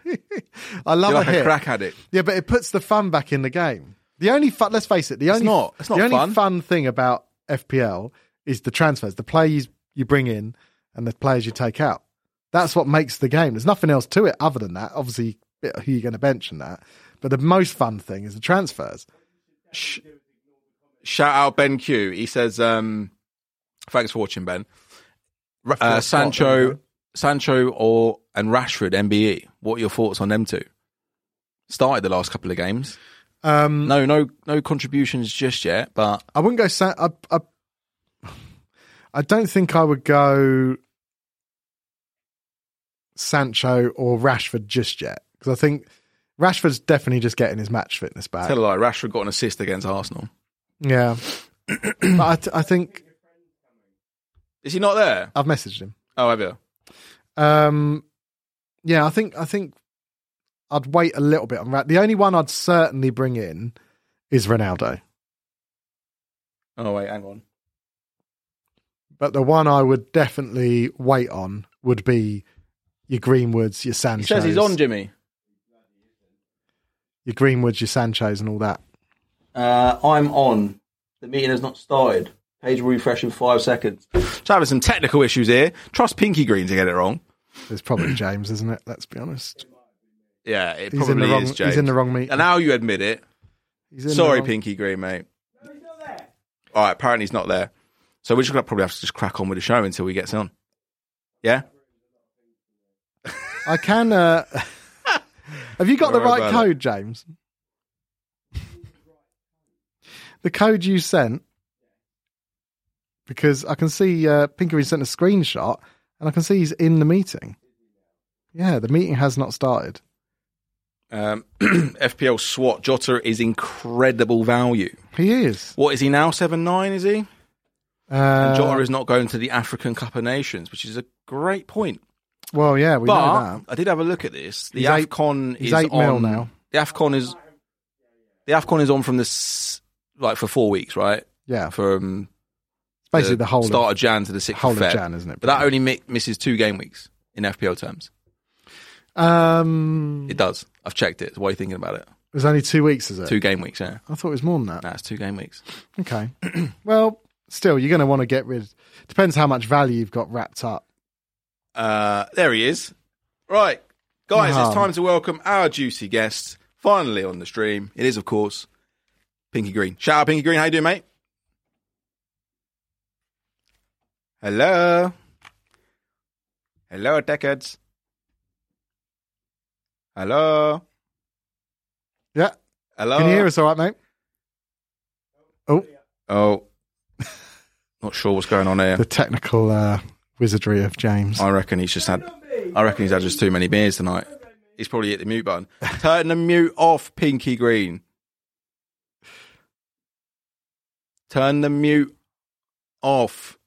I love
You're like
a hit.
a crack addict.
Yeah, but it puts the fun back in the game. The only fun, let's face it, the only
not- it's not
the only
fun.
fun. thing about FPL is the transfers, the players you bring in and the players you take out. That's what makes the game. There's nothing else to it other than that. Obviously, bit of who you're going to bench and that. But the most fun thing is the transfers.
Shout out Ben Q. He says, um, "Thanks for watching, Ben." Ra- Uh,
Rashford, Scott,
Sancho,
anyway.
Sancho, or and Rashford, MBE. What are your thoughts on them two? Started the last couple of games.
Um,
No, no, no contributions just yet. But
I wouldn't go. Sa- I, I, I don't think I would go Sancho or Rashford just yet because I think Rashford's definitely just getting his match fitness back.
tell a lie, Rashford got an assist against Arsenal.
Yeah. but I, t- I think
Is he not there?
I've messaged him.
Oh, have you?
Um, yeah, I think I think I'd wait a little bit on Ra- The only one I'd certainly bring in is Ronaldo,
Oh wait, hang on.
but the one I would definitely wait on would be your Greenwoods, your
He
Sancho's,
says he's on Jimmy.
your Greenwoods, your Sancho's, and all that.
Uh, I'm on. The meeting has not started. Page will refresh in five seconds.
So having some technical issues here. Trust Pinky Green to get it wrong.
It's probably James, isn't it? Let's be honest.
Yeah, it
He's in
probably
the wrong-
is.
he's
James.
in the wrong meeting.
And now you admit it.
He's in the
Sorry,
wrong-
Pinky Green, mate. All right, apparently he's not there. So we're just going to probably have to just crack on with the show until he gets on. Yeah?
I can. Uh, have you got
Don't
the
worry
right
about it.
code, James? the code you sent, because I can see uh, Pinkery sent a screenshot, and I can see he's in the meeting. Yeah, the meeting has not started.
Um, FPL SWAT Jota is incredible value.
He is.
What is he now? Seven nine? Is he? And Jota
Uh,
is not going to the African Cup of Nations, which is a great point.
well, yeah, we know
but
that.
I did have a look at this. The
He's eight-
Afcon
he's
is
eight mil
on
now.
The Afcon is the Afcon is on from this like for four weeks, right?
Yeah,
From
basically the whole
start
of,
of Jan to the sixth
whole
of
of
Feb.
Jan, isn't it?
But that only mi- misses two game weeks in FPL terms.
um,
It does. I've checked it. Why are you thinking about it?
it was only two weeks, is it?
Two game weeks. Yeah,
I thought it was more than that.
that's two game weeks.
Okay. well, still, you're going to want to get rid. Depends how much value you've got wrapped up.
Uh, there he is. Right, guys, it's
Um.
time to welcome our juicy guest finally on the stream. It is, of course, Pinky Green. Shout out, Pinky Green. How you doing, mate? Hello. Hello, Deckheads. Hello.
Yeah.
Hello.
Can you hear us all right, mate? Oh,
Oh, not sure what's going on here.
the technical uh, wizardry of James.
I reckon he's just had. I reckon he's had just too many beers tonight. He's probably hit the mute button. Turn the mute off, Pinky Green. Turn the mute off.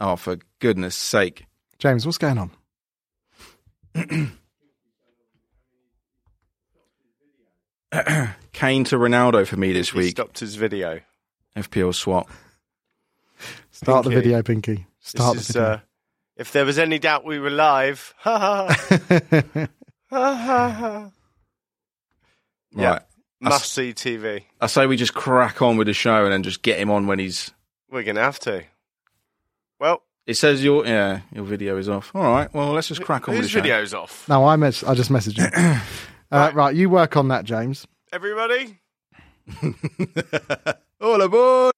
Oh, for goodness sake.
James, what's going on?
Kane to Ronaldo for me this
He
week.
stopped his video.
FPL swap.
Start
Pinky.
the video, Pinky.
This
Start
is,
the
uh, if there was any doubt we were live. Ha ha
video.
ha ha.
Right.
Must see TV.
I say we just crack on with the show and then just get him on when he's.
We're gonna have to. Well,
It says your yeah your video is off. All right. Well, let's just crack on with
whose
the show.
video's off?
No, I mess- I just messaged him. uh, right. you work on that, James.
Everybody.
All aboard!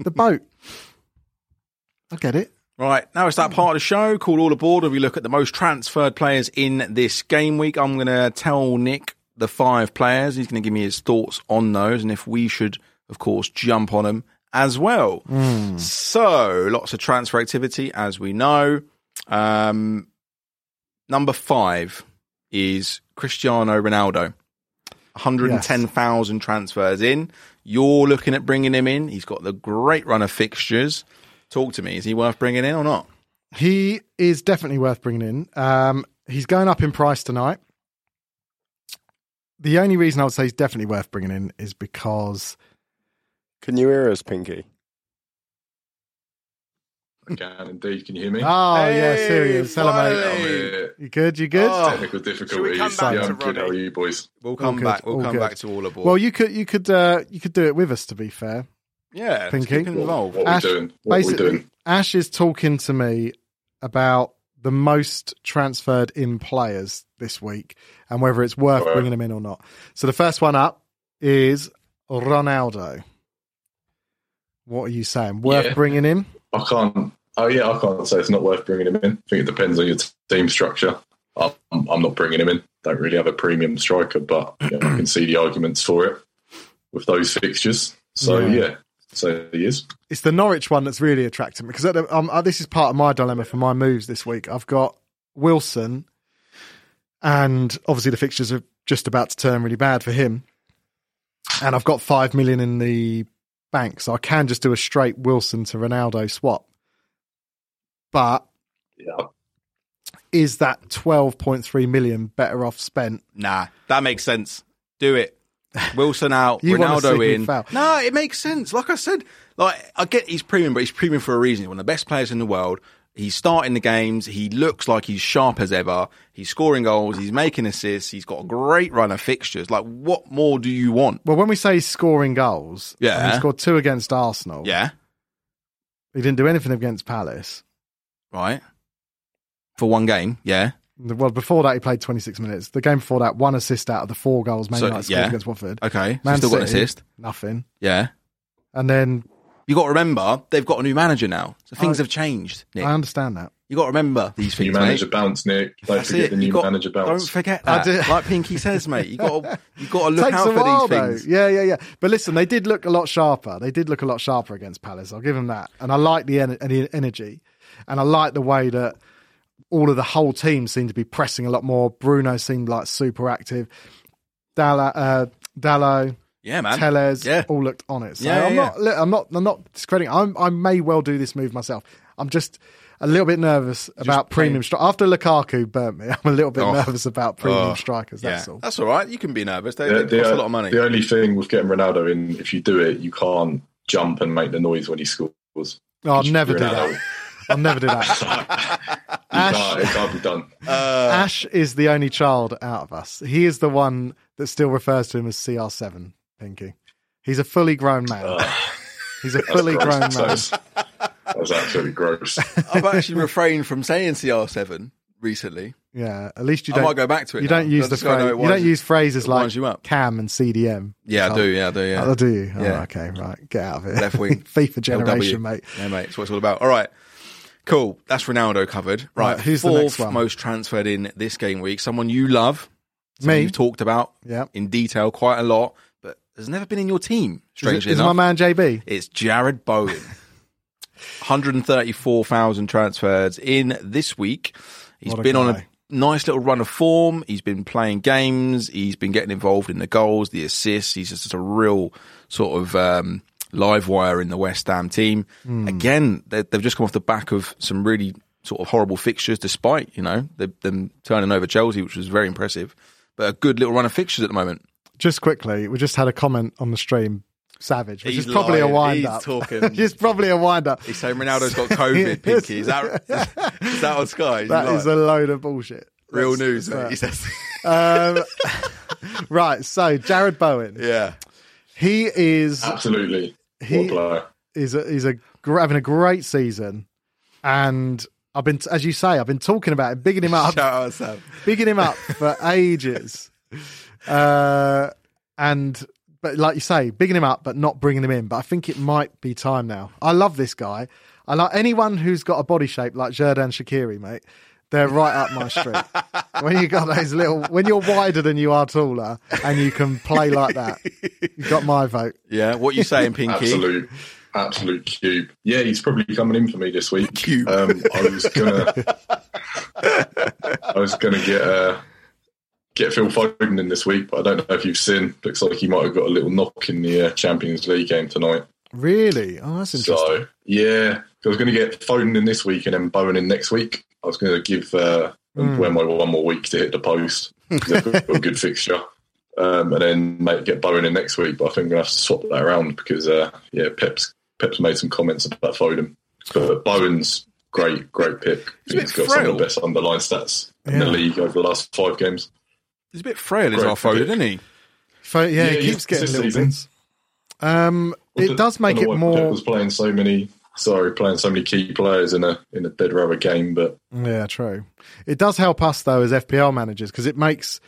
The boat. I get it.
Right now it's that part of the show called All Aboard, where we look at the most transferred players in this game week. I'm going to tell Nick the five players. He's going to give me his thoughts on those, and if we should, of course, jump on them as well. Hmm. So lots of transfer activity, as we know. Um, number five is Cristiano Ronaldo. 110,000 transfers in. You're looking at bringing him in. He's got the great run of fixtures. Talk to me. Is he worth bringing in or not?
He is definitely worth bringing in. Um, he's going up in price tonight. The only reason I would say he's definitely worth bringing in is because
Can you hear us, Pinky?
I can indeed. Can you hear me?
oh yeah,
Hey,
serious. Hello,
I'm
mate.
finally.
here.
You good? You good?
Oh,
Technical
Shall we
difficulties.
come back
yeah,
to
I'm good. How are
Ronnie?
you, boys?
We'll come
good,
back. We'll
all
come
good.
back to all aboard.
well, you could you could uh, you could do it with us. To be fair,
yeah, let's
Pinky?
keep him involved.
What are we
Ash,
doing? What are we
basically-
doing?
Ash is talking to me about the most transferred in players this week and whether it's worth
Right.
bringing them in or not. So the first one up is Ronaldo. What are you saying? Worth
Yeah.
bringing in?
I can't. Oh yeah, I can't say it's not worth bringing him in. I think it depends on your t- team structure. I'm, I'm not bringing him in. Don't really have a premium striker, but you know, I can see the arguments for it with those fixtures. So
Yeah.
yeah, so he is.
It's the Norwich one that's really attracting me because at the, um, uh, this is part of my dilemma for my moves this week. I've got Wilson, and obviously the fixtures are just about to turn really bad for him. And I've got five million in the bank, so I can just do a straight Wilson to Ronaldo swap. But
Yeah,
is that twelve point three million better off spent?
Nah, that makes sense. Do it. Wilson out,
You wanna see
Ronaldo
me
in.
foul.
No, it makes sense. Like I said, like I get he's premium, but he's premium for a reason. He's one of the best players in the world. He's starting the games. He looks like he's sharp as ever. He's scoring goals. He's making assists. He's got a great run of fixtures. Like, what more do you want?
Well, when we say he's scoring goals,
Yeah.
and he scored two against Arsenal.
Yeah,
he didn't do anything against Palace.
right. For one game, yeah.
Well, before that, he played 26 minutes. The game before that, one assist out of the four goals Man
So,
United
yeah.
scored against Watford.
Okay, so
Man
still got an
City,
assist.
Nothing.
Yeah.
And then
You got to remember they've got a new manager now, so things have changed. Nick,
I understand that.
you got to remember these
new
things.
manager
mate.
bounce, Nick. Don't
That's
forget
it.
the
You
new
got-
manager
Don't
bounce.
forget
I
that.
do-
Like Pinky says, mate, you got you got to Oh, look
Takes
out
a
for
while
these
though.
things.
Yeah, yeah, yeah. But listen, they did look a lot sharper. They did look a lot sharper against Palace. I'll give them that. And I like the en- en- energy, and I like the way that all of the whole team seemed to be pressing a lot more. Bruno seemed like super active. Dalla, uh, Dallo,
Yeah, man.
Teles
Yeah.
all looked on it. So
Yeah, yeah,
I'm
yeah.
not, look, I'm not, I'm not discrediting. I'm, I may well do this move myself. I'm just a little bit nervous about premium stri- after Lukaku burnt me. I'm a little bit
Oh.
nervous about premium
Oh.
strikers. That's
yeah,
all.
that's all right. You can be nervous. They,
The-
they
the-
cost a lot of money.
The only thing with getting Ronaldo in, if you do it, you can't jump and make the noise when he scores.
No, I'll never do
Ronaldo.
that. I'll never do that.
You
Ash. uh,
can't, it can't be done.
Ash is the only child out of us. He is the one that still refers to him as CR7. Pinky. He's a fully grown man. He's a
That's
fully
gross.
grown man.
That's- That was absolutely gross.
I've actually refrained from saying CR7 recently.
Yeah, at least you
I
don't.
might go back to it.
you
now,
don't use the
just so I know
phrase.
it
You don't
winds-
use phrases
it
like
winds you up.
cam and CDM.
Yeah, I
Oh.
do. Yeah, I do. Yeah.
Oh, do you?
Yeah.
Oh, okay, right. Get out of it.
Left wing.
FIFA
LW.
generation, mate.
Yeah, mate. That's what it's all about. All right. Cool. That's Ronaldo covered. Right.
Right, who's the
Fourth
next one?
most transferred in this game week. Someone you love. someone
Me?
You've talked about
Yeah.
in detail quite a lot, but has never been in your team,
Is, it-
strangely
is my
enough.
man JB?
It's Jared Bowen. 134,000 transfers in this week. He's
What a
been on a
guy.
nice little run of form. He's been playing games. He's been getting involved in the goals, the assists. He's just a real sort of um, live wire in the West Ham team.
Hmm.
Again, they- they've just come off the back of some really sort of horrible fixtures, despite, you know, the- them turning over Chelsea, which was very impressive. But a good little run of fixtures at the moment.
just quickly, we just had a comment on the stream. Savage, which
He's
is probably
lying.
a wind up.
He's talking.
It's probably a wind up.
He's saying Ronaldo's got COVID, Pinky. Is that, is that on Sky?
That
Like,
is a load of bullshit.
real
That's-
news, mate.
that's
He says,
that. Um, right, so Jared Bowen,
yeah.
he is
Absolutely. What a
he
player.
is a, he's a gr- having a great season, and I've been as you say, I've been talking about him, bigging him up,
Shout out, Sam.
bigging him up for ages. Uh, and but like you say, bigging him up, but not bringing him in. But I think it might be time now. I love this guy. I like anyone who's got a body shape like Jordan Shakiri, mate. They're right up my street. when you got those little, when you're wider than you are taller, and you can play like that, you got my vote.
Yeah, what you saying, Pinky?
Absolute, absolute cube. Yeah, he's probably coming in for me this week.
Cube.
Um, I was gonna, I was gonna get uh, get Phil Foden in this week, but I don't know if you've seen. Looks like he might have got a little knock in the uh, Champions League game tonight.
Really? Oh, that's interesting.
So yeah, 'Cause I was gonna get Foden in this week and then Bowen in next week. I was gonna give uh,
Hmm.
Wembo one more week to hit the post. 'cause They've got a good fixture. Um, and then mate, get Bowen in next week, but I think I'm gonna have to swap that around because uh, yeah, Pep's Pep's made some comments about Foden, but Bowen's great, great pick.
He's a
He's
bit
got some of
frail.
the best underlying stats in the
Yeah.
league over the last five games.
He's a bit frail as
Great
well, Foden,
prediction.
isn't he?
So, yeah,
Yeah,
it keeps
he's-
getting
this
little
season-
bits. Um, it does make
Don't
it
know why Pep
more.
was playing so many. Sorry, playing so many key players in a in a dead rubber game, but
Yeah, true. It does help us though as FPL managers because it makes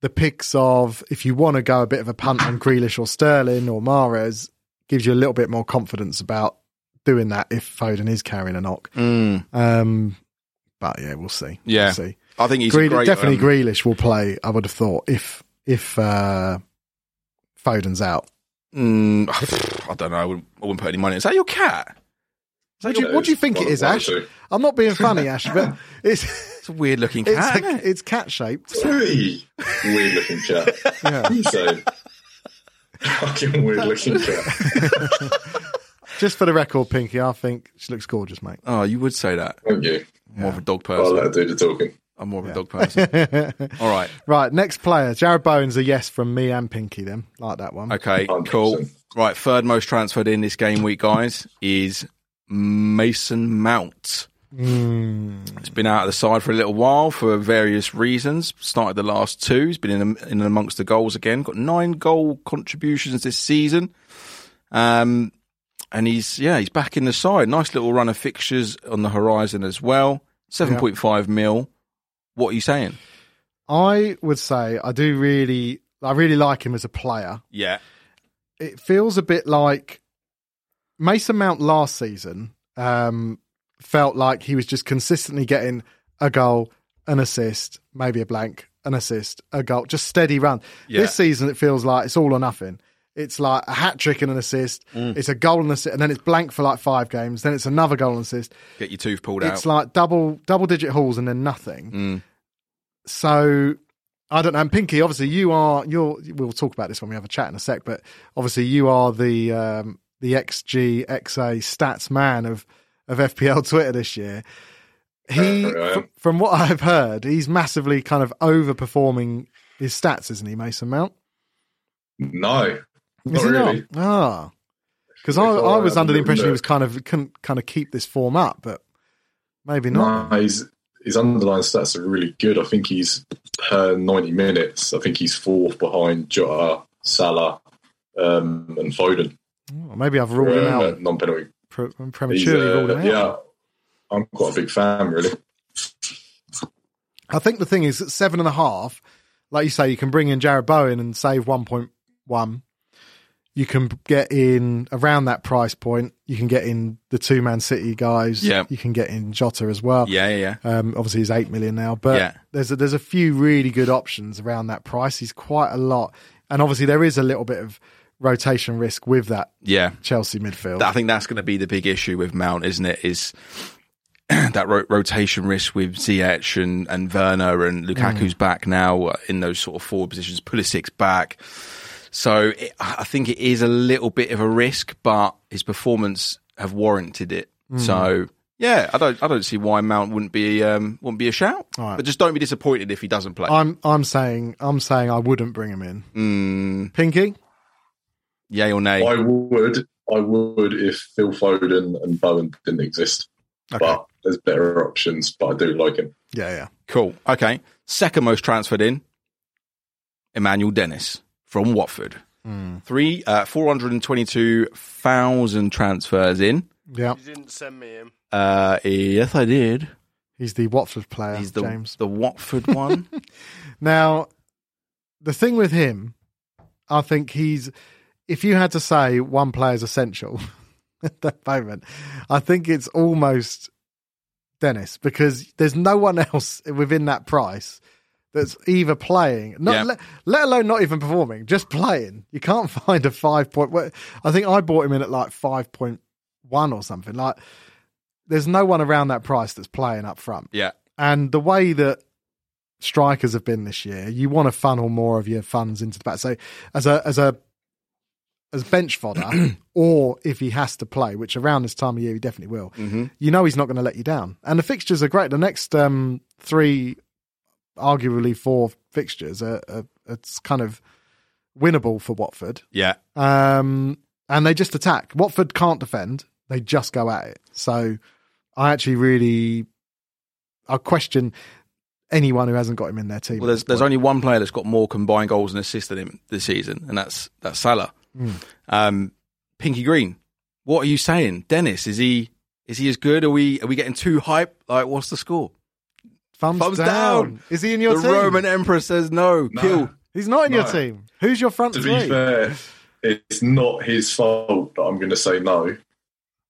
the picks of if you want to go a bit of a punt on Grealish or Sterling or Mares gives you a little bit more confidence about doing that if Foden is carrying a knock. Um, but yeah, we'll see.
Mm. Yeah.
we'll see.
I think he's a
Grealish,
great.
definitely
um,
Grealish will play. I would have thought if if uh, Foden's out.
mm, I don't know. I wouldn't, I wouldn't put any money. Is that your cat?
What do you, what do you think it is,
One of
Ash?
the two.
I'm not being funny, Ash, but it's
It's a weird looking
it's
cat. isn't it?
a, it's cat shaped.
Hey, weird looking chap.
Yeah.
You say fucking weird looking chap.
Just for the record, Pinky, I think she looks gorgeous, mate.
Oh, you would say that.
Thank you.
More of a dog
I'll
person.
let her do the talking.
I'm more of a dog person. All right.
right, next player. Jared Bowen's a yes from me and Pinky, then. Like that one.
Okay.
100%.
Cool. Right. Third most transferred in this game week, guys, is Mason Mount. He's been out of the side for a little while for various reasons. Started the last two. He's been in, in and amongst the goals again. Got nine goal contributions this season. Um, and he's yeah, he's back in the side. Nice little run of fixtures on the horizon as well. Seven point five mil. What are you saying?
I would say I do really, I really like him as a player.
Yeah.
it feels a bit like Mason Mount last season um, felt like he was just consistently getting a goal, an assist, maybe a blank, an assist, a goal, just steady run.
Yeah.
This season, it feels like it's all or nothing. It's like a hat trick and an assist. It's a goal and an assist, and then it's blank for like five games. Then it's another goal and assist.
Get your tooth pulled out.
It's like double double digit hauls and then nothing.
Mm.
So I don't know. And Pinky, obviously, you are you're. We'll talk about this when we have a chat in a sec. But obviously, you are the um, the XG XA stats man of of FPL Twitter this year. He,
Apparently Uh, I am.
fr- from what I've heard, he's massively kind of overperforming his stats, isn't he, Mason Mount?
No, not
Is he
really.
not? Ah, because I,
If I
I was
had
under the
a
impression he
look.
was kind of couldn't kind of keep this form up, but maybe
No,
not.
his his underlying stats are really good. I think he's per ninety minutes. I think he's fourth behind Jota, Salah, um, and Foden. Uh,
Oh, maybe I've ruled him out
non penalty.
pre- prematurely. ruled him out.
uh, yeah, I'm quite a big fan, really.
I think the thing is at seven and a half, like you say, you can bring in Jared Bowen and save one point one. You can get in around that price point. You can get in the two Man City guys.
Yeah.
You can get in Jota as well.
yeah, yeah, yeah.
Um, obviously he's eight million now, but
Yeah.
there's a, there's a few really good options around that price. He's quite a lot, and obviously there is a little bit of rotation risk with that
Yeah.
Chelsea midfield.
I think that's going to be the big issue with Mount, isn't it? Is that ro- rotation risk with Ziyech and, and Werner and
Mm.
Lukaku's back now uh, in those sort of forward positions, Pulisic's back. So it, I I think it
Mm.
is a little bit of a risk, but his performance have warranted it. So Yeah, I don't I don't see why Mount wouldn't be um wouldn't be a shout.
All right.
But just don't be disappointed if he doesn't play.
I'm I'm saying I'm saying I wouldn't bring him in.
mm,
Pinky,
yay or nay?
I would, I would if Phil Foden and Bowen didn't exist.
okay,
But there's better options. But I do like him.
yeah, yeah.
Cool. Okay. Second most transferred in, Emmanuel Dennis from Watford. Three uh, four hundred and twenty two thousand transfers in.
Yeah,
You didn't send me him.
Uh, yes, I did.
he's the Watford player,
He's the
James.
the Watford one.
Now, the thing with him, I think he's. If you had to say one player is essential at that moment, I think it's almost Dennis because there's no one else within that price that's either playing, not
Yeah.
let, let alone not even performing, just playing. You can't find a five point. well, I think I bought him in at like five point one or something. Like, there's no one around that price that's playing up front
yeah.
and the way that strikers have been this year, you want to funnel more of your funds into the back. So as a as a as bench fodder, or if he has to play, which around this time of year he definitely will, you know he's not going to let you down. And the fixtures are great. The next um, three, arguably four fixtures, are, are it's kind of winnable for Watford,
Yeah.
um, and they just attack. Watford can't defend; they just go at it. So I actually really I question anyone who hasn't got him in their team.
Well, there's there's only one player that's got more combined goals and assists than him this season, and that's that's Salah. Um, Pinky Green, what are you saying, Dennis? Is he is he as good? Are we are we getting too hype? Like, what's the score?
thumbs,
thumbs
down.
down.
Is he in your
the
team?
Roman Emperor says no. Kill.
He's not in your
No.
team. Who's your front
To
three?
be fair, it's not his fault that I'm going to say no.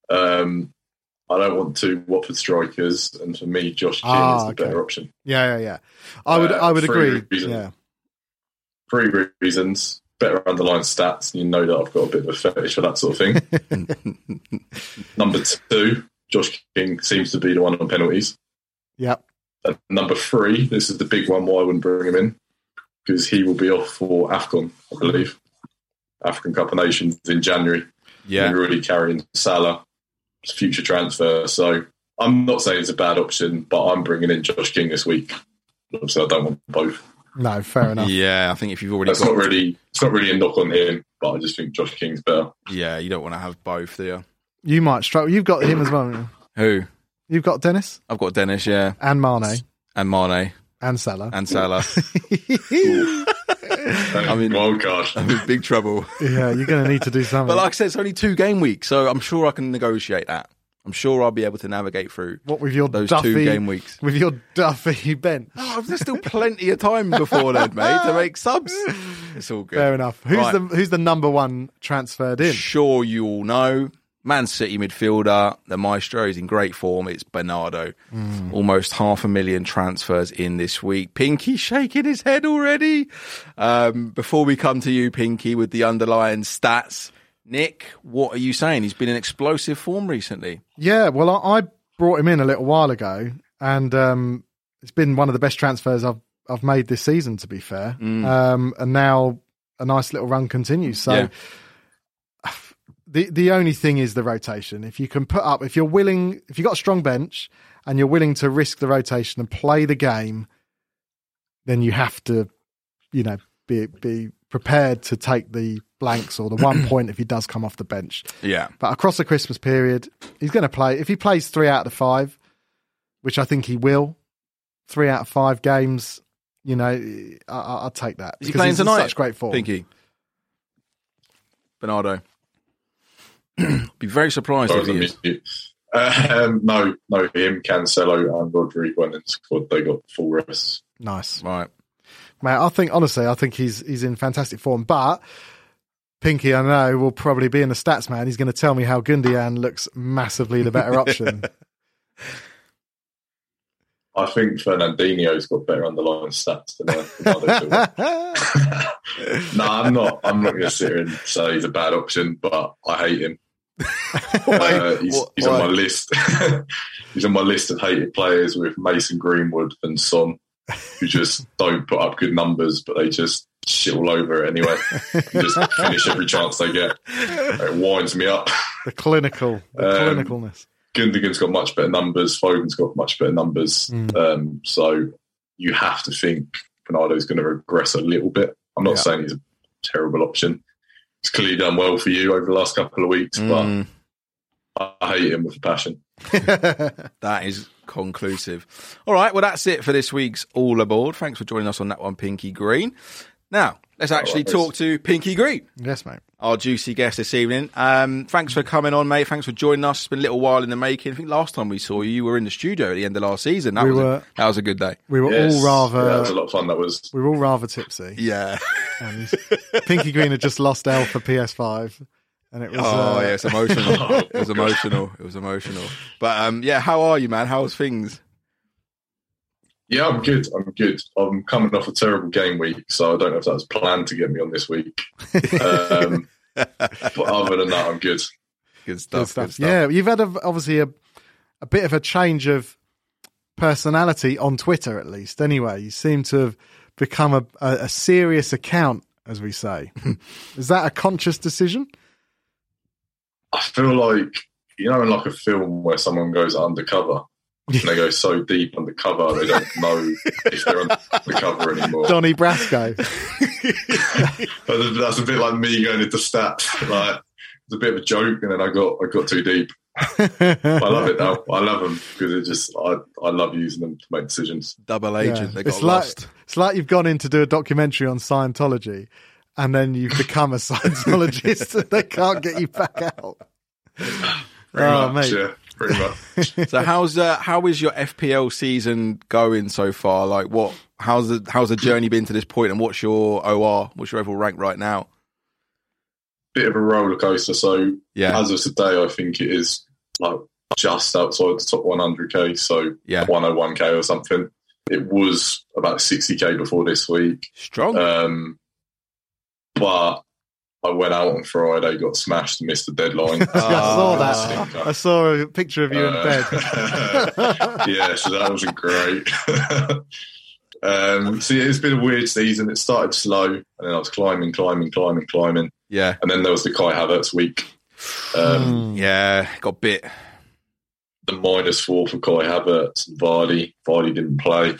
Um, I don't want two Watford strikers, and for me, Josh King
Ah,
is the
okay.
better option.
Yeah, yeah, yeah. I would,
Uh,
I would
for
agree.
reasons.
Yeah,
Three reasons: better underlying stats. You know that I've got a bit of a fetish for that sort of thing. Number two, Josh King seems to be the one on penalties.
yeah.
At number three, this is the big one why I wouldn't bring him in because he will be off for AFCON, I believe. African Cup of Nations in January.
Yeah.
We're already carrying Salah. It's a future transfer. So I'm not saying it's a bad option, but I'm bringing in Josh King this week. Obviously, I don't want both.
No, fair enough.
Yeah, I think if you've already
That's
got,
not really it's not really a knock on him, but I just think Josh King's better.
yeah, you don't want to have both, do you?
You might struggle. You've got him as well. haven't you?
Who?
You've got Dennis
I've got Dennis, yeah,
and Mane
and Mane
and Salah.
and Salah.
I
mean-
mean, wild card.
I'm in big trouble.
yeah, you're going to need to do something.
But like I said, it's only two game weeks, so I'm sure I can negotiate that. I'm sure I'll be able to navigate through
what with your
those
Duffy
two game weeks.
With your Duffy bench.
Oh, there's still plenty of time before then, mate, to make subs. It's all good.
Fair enough. Who's
Right.
the who's the number one transferred in?
Sure, you all know. Man City midfielder, the maestro is in great form. It's Bernardo.
Mm.
Almost half a million transfers in this week. Pinky shaking his head already. Um, before we come to you, Pinky, with the underlying stats, Nick, what are you saying? He's been in explosive form recently.
Yeah, well, I, I brought him in a little while ago, and um, it's been one of the best transfers I've I've made this season. To be fair, um, and now a nice little run continues. So.
Yeah.
The the only thing is the rotation. If you can put up, if you're willing, if you've got a strong bench and you're willing to risk the rotation and play the game, then you have to, you know, be be prepared to take the blanks or the one point if he does come off the bench.
Yeah.
But across the Christmas period, he's going to play. If he plays three out of the five, which I think he will, three out of five games, you know, I, I, I'll take that.
Is he
because
playing
he's in
tonight?
Such great form.
Pinky. Bernardo. Be very surprised
Sorry,
if he
I
is.
missed you. Um, no, no, him, Cancelo, and Rodrigo went in the squad. They got full rests.
Nice,
Right.
mate. I think honestly, I think he's he's in fantastic form. But Pinky, I know, will probably be in the stats man. He's going to tell me how Gundian looks massively the better option.
I think Fernandinho's got better underlying stats than uh, Ronaldo. no, I'm not. I'm not going to sit here and say he's a bad option, but I hate him. Uh, he's
Why-
he's on
why?
my list. he's on my list of hated players with Mason Greenwood and Son, who just don't put up good numbers, but they just shit all over it anyway. and just finish every chance they get. It winds me up.
the clinical, the
Um,
clinicalness.
Gundogan's got much better numbers. Foden's got much better numbers.
Mm.
Um, so you have to think Bernardo's going to regress a little bit. I'm not
Yeah.
saying he's a terrible option. He's clearly done well for you over the last couple of weeks,
Mm,
but I hate him with a passion.
that is conclusive. All right, well, that's it for this week's All Aboard. Thanks for joining us on that one, Pinky Green. Now, let's actually
worries.
talk to Pinky Green.
yes, mate.
our juicy guest this evening. Um, thanks for coming on, mate. Thanks for joining us. It's been a little while in the making. I think last time we saw you, you were in the studio at the end of last season. That,
We
was,
were.
A, that was a good day.
We were
Yes.
all rather.
Yeah, that was a lot of fun. That was.
we were all rather tipsy.
Yeah.
And Pinky Green had just lost L for PS5, and it was.
Oh,
uh,
yeah. It's emotional. it was emotional. It was emotional. But um, yeah, how are you, man? How's things?
Yeah, I'm good. I'm good. I'm coming off a terrible game week, so I don't know if that was planned to get me on this week. Um, but other than that, I'm good.
Good stuff.
Good stuff. Yeah, you've had a, obviously a a bit of a change of personality on Twitter, at least. Anyway, you seem to have become a, a, a serious account, as we say. Is that a conscious decision?
I feel like you know, in like a film where someone goes undercover and they go so deep undercover they don't know if they're undercover anymore.
Donny Brasco.
But that's a bit like me going into stats. Like it's a bit of a joke, and then I got I got too deep. I love it now. I love them because it just I I love using them to make decisions.
Double
Yeah.
agent. They got
It's like
lost.
it's like you've gone in to do a documentary on Scientology, and then you've become a Scientologist, and they can't get you back out.
Pretty
Oh,
much,
mate.
yeah, pretty much.
so how's uh, how is your FPL season going so far? Like what? How's the how's the journey been to this point? And what's your OR? What's your overall rank right now?
bit of a roller coaster. So
Yeah.
Uh,
as of today, I think it is like just outside the top 100k, so
Yeah.
101k or something. It was about 60k before this week,
Strong.
um, but I went out on Friday, got smashed, and missed the deadline.
I saw
Ah.
that. I saw a picture of you in
Uh,
bed.
yeah, so that wasn't great. um, so yeah, it's been a weird season. It started slow, and then I was climbing, climbing, climbing, climbing,
yeah.
and then there was the Kai Havertz week. Um,
Hmm.
Yeah. Got bit.
the minus four for Kai Havertz and Vardy. Vardy didn't play.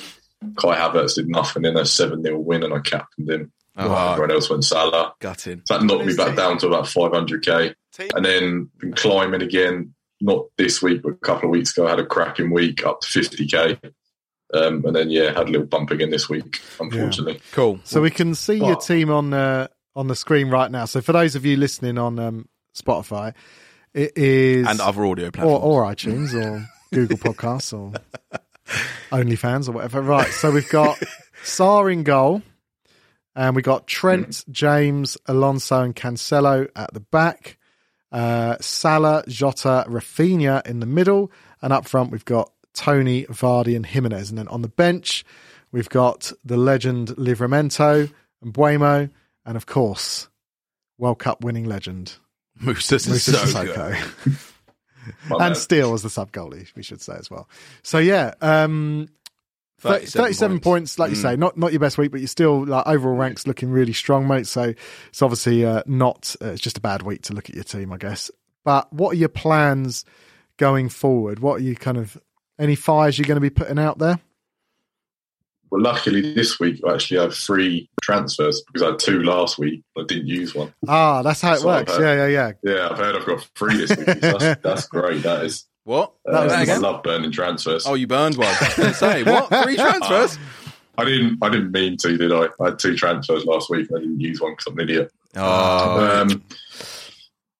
Kai Havertz did nothing in a 7 0 win, and I captained him.
Ah,
Everyone else went Salah.
gutting.
So that knocked me back down to about 500k.
Team.
And then been climbing again, not this week, but a couple of weeks ago. I had a cracking week up to 50k. Um, and then, yeah, had a little bump again this week, unfortunately.
Cool.
So we can see your
But-
team on uh, on the screen right now. So for those of you listening on um, Spotify, it is
and other audio
or,
platforms.
or iTunes or Google Podcasts or OnlyFans or whatever. Right. So we've got Sar in goal, and we
Mm-hmm.
got Trent, James, Alonso, and Cancelo at the back. Uh, Salah, Jota, Rafinha in the middle, and up front we've got Tony, Vardy, and Jimenez. And then on the bench we've got the legend Livramento and Buemo, and of course World Cup winning legend
Musa is
Musa
so
Sissoko
good.
My man.
and Steele was the sub goalie, we should say as well. So yeah, um, thir-
37
37,
points.
points. like
Mm.
you say, not not your best week, but you're still like overall ranks looking really strong, mate. So it's obviously uh, not. Uh, it's just a bad week to look at your team, I guess. But what are your plans going forward? What are you kind of any fires you're going to be putting out there?
Well, luckily this week I actually had three transfers because I had two last week. I didn't use one.
Ah, that's how it
Sort of,
works.
uh,
Yeah, yeah, yeah.
Yeah, I've heard I've got three this week. So that's, that's great. That is.
What?
Uh,
was
That
I
again?
love burning transfers.
Oh, you burned one. I was gonna say what? Three transfers?
I didn't. I didn't mean to, did I? I had two transfers last week. and I didn't use one because I'm an idiot.
Oh,
um,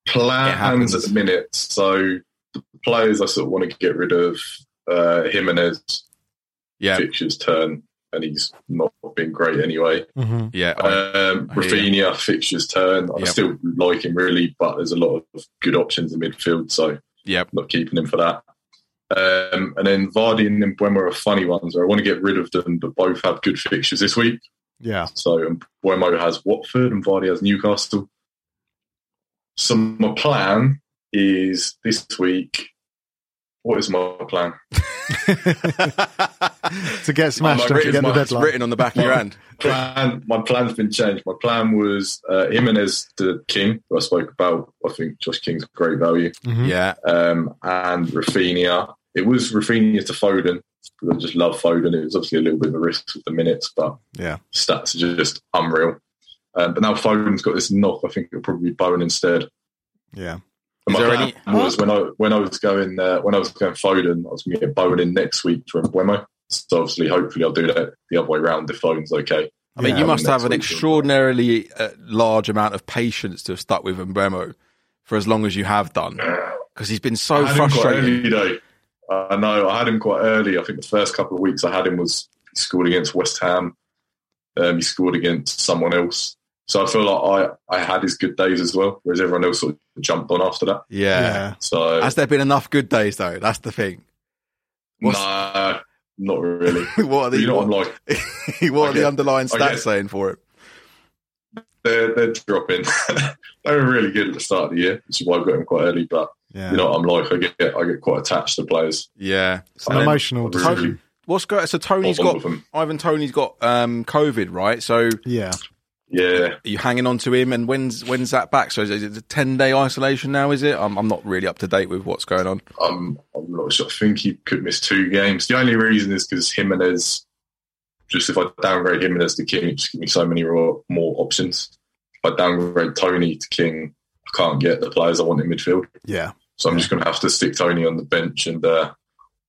It happens.
plans at the minute. So the players I sort of want to get rid of. Uh, Jimenez
yeah,
fixtures turn, and he's not been great anyway.
Mhm.
yeah.
Um,
Oh, I hear
Rafinha fixtures turn. I
Yep.
still like him really, but there's a lot of good options in midfield, so
Yep.
not keeping him for that. Um, and then Vardy and Mbuemo are funny ones where I want to get rid of them, but both have good fixtures this week.
Yeah,
So Buemo has Watford and Vardy has Newcastle. So my plan is this week What is my plan?
to get smashed
my
and to
written
get the
marks
deadline.
Written on the back of your hand.
plan my plan's been changed. My plan was uh, Jimenez to King, who I spoke about. I think Josh King's a great value.
Mhm.
Yeah.
Um, and Rafinha. It was Rafinha to Foden. I just love Foden. It was obviously a little bit of a risk with the minutes, but
Yeah.
stats are just unreal. Um, but now Foden's got this knock. I think it'll probably be Bowen instead.
Yeah.
And
Is
my
there
plan
any-
was when I when I was going uh, when I was going Foden, I was going to get Bowen in next week for Embuemo. So obviously, hopefully, I'll do that the other way round if Foden's okay.
I mean,
Yeah.
you must
Next
have an
week.
extraordinarily uh, large amount of patience to have stuck with Mbremo for as long as you have done because he's been so
I had him quite
frustrating.
early though. I know I had him quite early. I think the first couple of weeks I had him was he scored against West Ham. Um, he scored against someone else. So I feel like I, I had his good days as well, whereas everyone else sort of jumped on after that.
Yeah.
Yeah.
So
Has there been enough good days though? That's the thing. what's-
nah, not really.
what are the
you know, I'm
what,
like
what are the
Okay.
underlying stats
Okay.
saying for it?
they're they're dropping. they were really good at the start of the year, which is why I got him quite early. But
Yeah.
you know, what I'm like I get I get quite attached to players.
Yeah.
it's an
I'm
emotional
really
decision.
What's great? So Tony's
on
got
with them.
Ivan Tony's got um, COVID, right? So
Yeah.
Yeah,
are you hanging on to him? And when's when's that back? So is it, is it a ten day isolation now? Is it? I'm, I'm not really up to date with what's going on.
I'm, I'm not sure. I think he could miss two games. The only reason is because Jimenez, just if I downgrade Jimenez to King, it just gives me so many more, more options. If I downgrade Tony to King, I can't get the players I want in midfield.
Yeah.
So I'm just going to have to stick Tony on the bench and uh,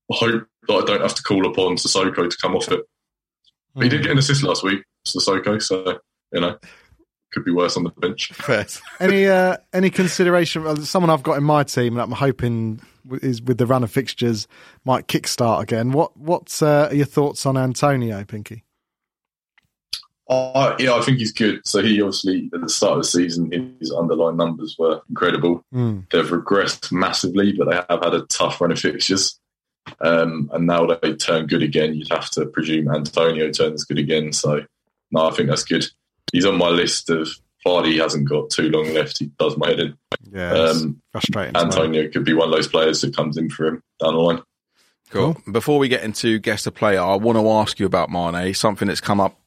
hope that I don't have to call upon Sissoko to come off it. But he did get an assist last week, Sissoko, so, you know, could be worse on the bench.
any uh, any consideration? uh, Someone I've got in my team, and I'm hoping w- is with the run of fixtures might kickstart again. What what's uh, are your thoughts on Antonio Pinky?
Uh, yeah, I think he's good. So he obviously, at the start of the season, his underlying numbers were incredible.
Hmm.
Mm.
they've regressed massively, but they have had a tough run of fixtures. Um, and now they turn good again. You'd have to presume Antonio turns good again. So, no, I think that's good. He's on my list of Vardy hasn't got too long left. He does my head in.
Yeah, it's
Um,
frustrating. isn't it?
Antonio could be one of those players that comes in for him down the line.
Cool. Before we get into guest of player, I want to ask you about Mane, something that's come up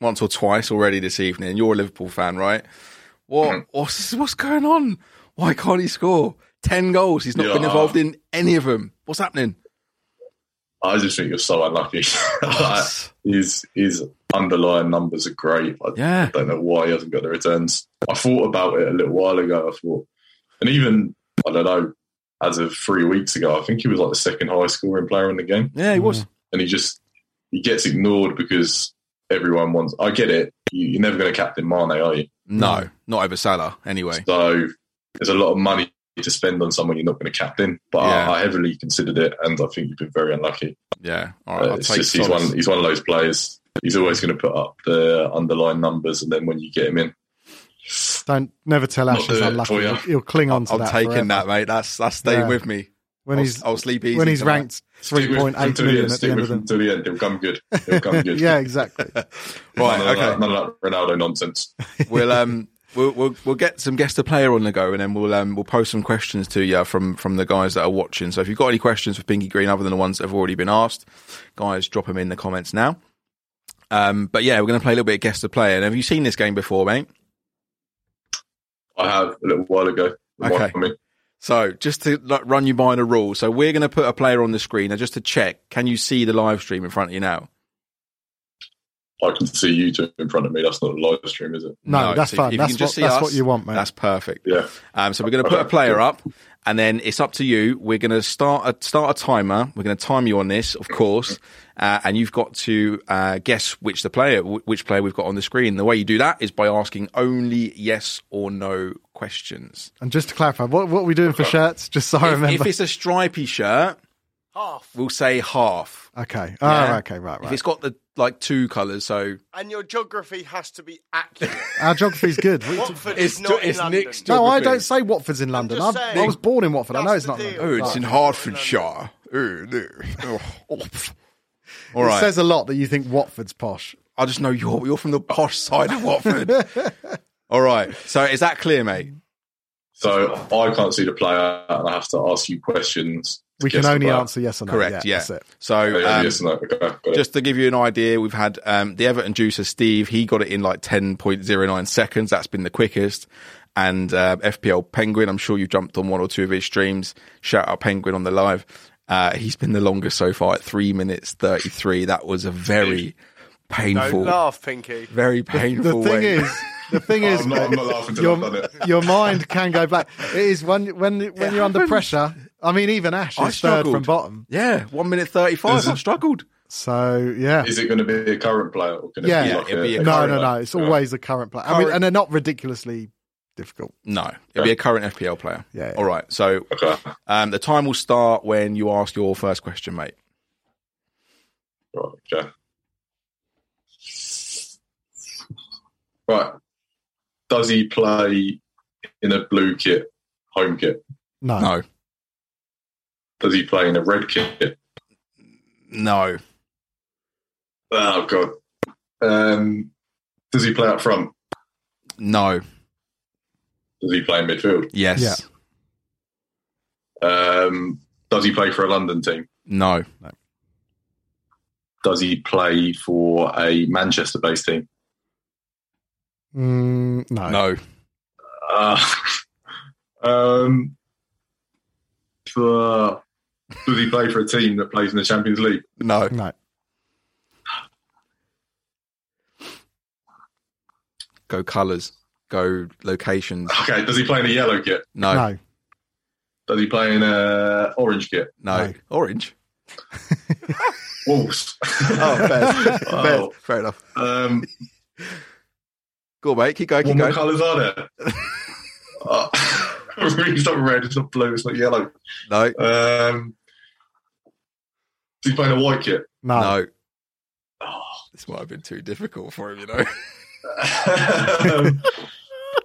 once or twice already this evening. You're a Liverpool fan, right? What
Mm-hmm.
what's what's going on? Why can't he score? Ten goals. He's not been
Yeah.
involved in any of them. What's happening?
I just think you're so unlucky. Uh, his, his underlying numbers are great. I
Yeah.
don't know why he hasn't got the returns. I thought about it a little while ago. I thought, and even I don't know, as of three weeks ago, I think he was like the second highest scoring player in the game,
Yeah, he was.
and he just he gets ignored because everyone wants. I get it. You, you're never going to captain Mane, are you?
No, not over Salah. Anyway,
So there's a lot of money to spend on someone you're not going to captain. But I-
Yeah.
I, heavily considered it, and I think you've been very unlucky.
yeah. All right,
Uh,
I'll
it's
take
just he's one.
solace.
He's one of those players. He's always going to put up the underlying numbers, and then when you get him in,
Don't never tell
Not
Ash
do
he's
it
unlucky.
for you.
He'll cling on to
I'm
that.
taking
forever.
that, mate. That's that's staying
Yeah.
with me.
when
I'll,
he's
I'll sleep easy
when he's
tonight.
ranked
Stick
three
with
point
him
eight
till the
million
end,
at
stick
the end
with
of
him
them.
till the end. He'll come good. He'll come good.
yeah, exactly.
Right,
None of
okay.
that- None of that Ronaldo nonsense.
we'll um we'll, we'll we'll get some guest of player on the go, and then we'll um we'll post some questions to you from from the guys that are watching. So if you've got any questions for Pinky Green other than the ones that have already been asked, guys, drop them in the comments now. Um, but yeah, we're going to play a little bit of guest of player. And have you seen this game before, mate?
I have a little while ago.
Okay.
I mean,
So just to like, run you by the rules. So we're going to put a player on the screen, and just to check, can you see the live stream in front of you now?
I can see you two in front of me. That's not a live stream, is it?
No, that's
so if-
fine.
if you
That's
can just
what-
see
that's
us,
what you want, mate.
That's perfect.
Yeah.
Um, so we're going to put a player up, and then it's up to you. We're going to start a start a timer. We're going to time you on this, of course, uh, and you've got to uh, guess which the player, wh- which player we've got on the screen. The way you do that is by asking only yes or no questions.
And just to clarify, what what are we doing for shirts? Just so I
If, if
remember.
it's a stripy shirt, half. We'll say half.
Okay.
Yeah.
Oh, okay. Right.
If
Right.
it's got the like two colours, so
And your geography has to be accurate.
Our geography's good. We-
Watford
It's
is not
ju- it's
in London.
next
No, I
Geography.
don't say Watford's in London.
just
I,
saying.
I was born in Watford. I know it's
That's the
not.
deal.
London.
oh, it's in Hertfordshire. Oh, no. Oh. All
It
right.
says a lot that you think Watford's posh.
I just know you're you're from the posh side of Watford. All right. So is that clear, mate?
So I can't see the player, and I have to ask you questions
We can
Yes,
only
but-
answer yes or no.
Correct. Yeah.
That's it.
Oh,
So
yeah,
um,
yes, no, okay, got it.
just to give you an idea, we've had um, the Everton juicer Steve. He got it in like ten point zero nine seconds. That's been the quickest. And uh, FPL Penguin. I'm sure you jumped on one or two of his streams. Shout out Penguin on the live. Uh, he's been the longest so far at three minutes thirty three. That was a very
Don't
painful,
laugh, Pinky.
very painful.
The thing
wait.
is, the thing
Oh,
is,
I'm, not, I'm
mate,
not laughing till I've done
your,
it.
your mind can go black. It is when when when you're under pressure. I mean, even Ash
I
is third from
struggled.
bottom.
yeah, one minute thirty five.
Is it-
I struggled.
So yeah,
Is it going to be a current player? Or can it
Yeah.
be
Yeah,
like
it'd be a
no,
current-
no, no. It's always the current player. I mean,
Current-
and they're not ridiculously difficult.
No, it'll be a current FPL player.
Yeah, yeah.
All right. So
Okay.
um, the time will start when you ask your first question, mate.
Right, okay. Right. Does he play in a blue kit, home kit?
No,
No,
Does he play in a red kit?
no,
Oh god. Um, does he play up front?
no.
Does he play in midfield?
Yes.
Yeah.
Um, does he play for a London team?
No.
Does he play for a Manchester-based team?
Mm, no,
No.
Uh, um, for, does he play for a team that plays in the Champions League?
No.
no.
Go colours. Go locations.
Okay, does he play in a yellow kit?
No. No.
no.
Does he play in a orange kit?
No.
Orange.
Wolves.
Oh, fair. fair,
Oh.
fair enough.
um,
Go on, mate. Keep going.
what
Keep
more
going.
colours are there? Uh, it's not red. It's not blue. It's not yellow.
No.
Um, does he play in a white kit?
No.
No.
Oh.
This might have been too difficult for him, you know.
Um,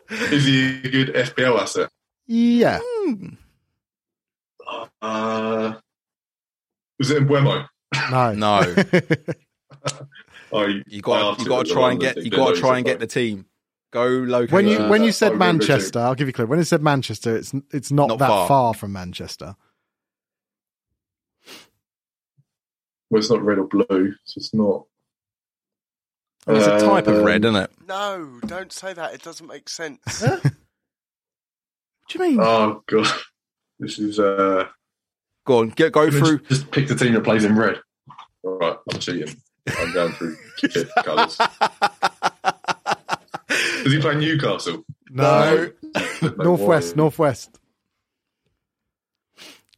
is he a good FPL asset?
Yeah.
Hmm.
Uh, was it Embuemo?
No.
No.
I
You got. You
I asked it
got
at
to
the
try and
London
get.
thing,
You
didn't
got to
I?
try and
So-
get the team. Go location.
when you
Uh,
when you
that's
said
probably ridiculous.
Manchester, I'll give you a clue. When it said Manchester, it's it's not,
Not
that
far.
far. from Manchester.
well, it's not red or blue, so it's not.
Oh, it's a type of red,
Um,
isn't it?
No, don't say that. It doesn't make sense.
What do you mean?
Oh god, this is uh.
go on. Get, go
Just-
through.
Just pick the team that plays in red. All right, I'm cheating. I'm going through kit colours. Does he play Newcastle?
No.
No.
Northwest,
Warriors.
Northwest.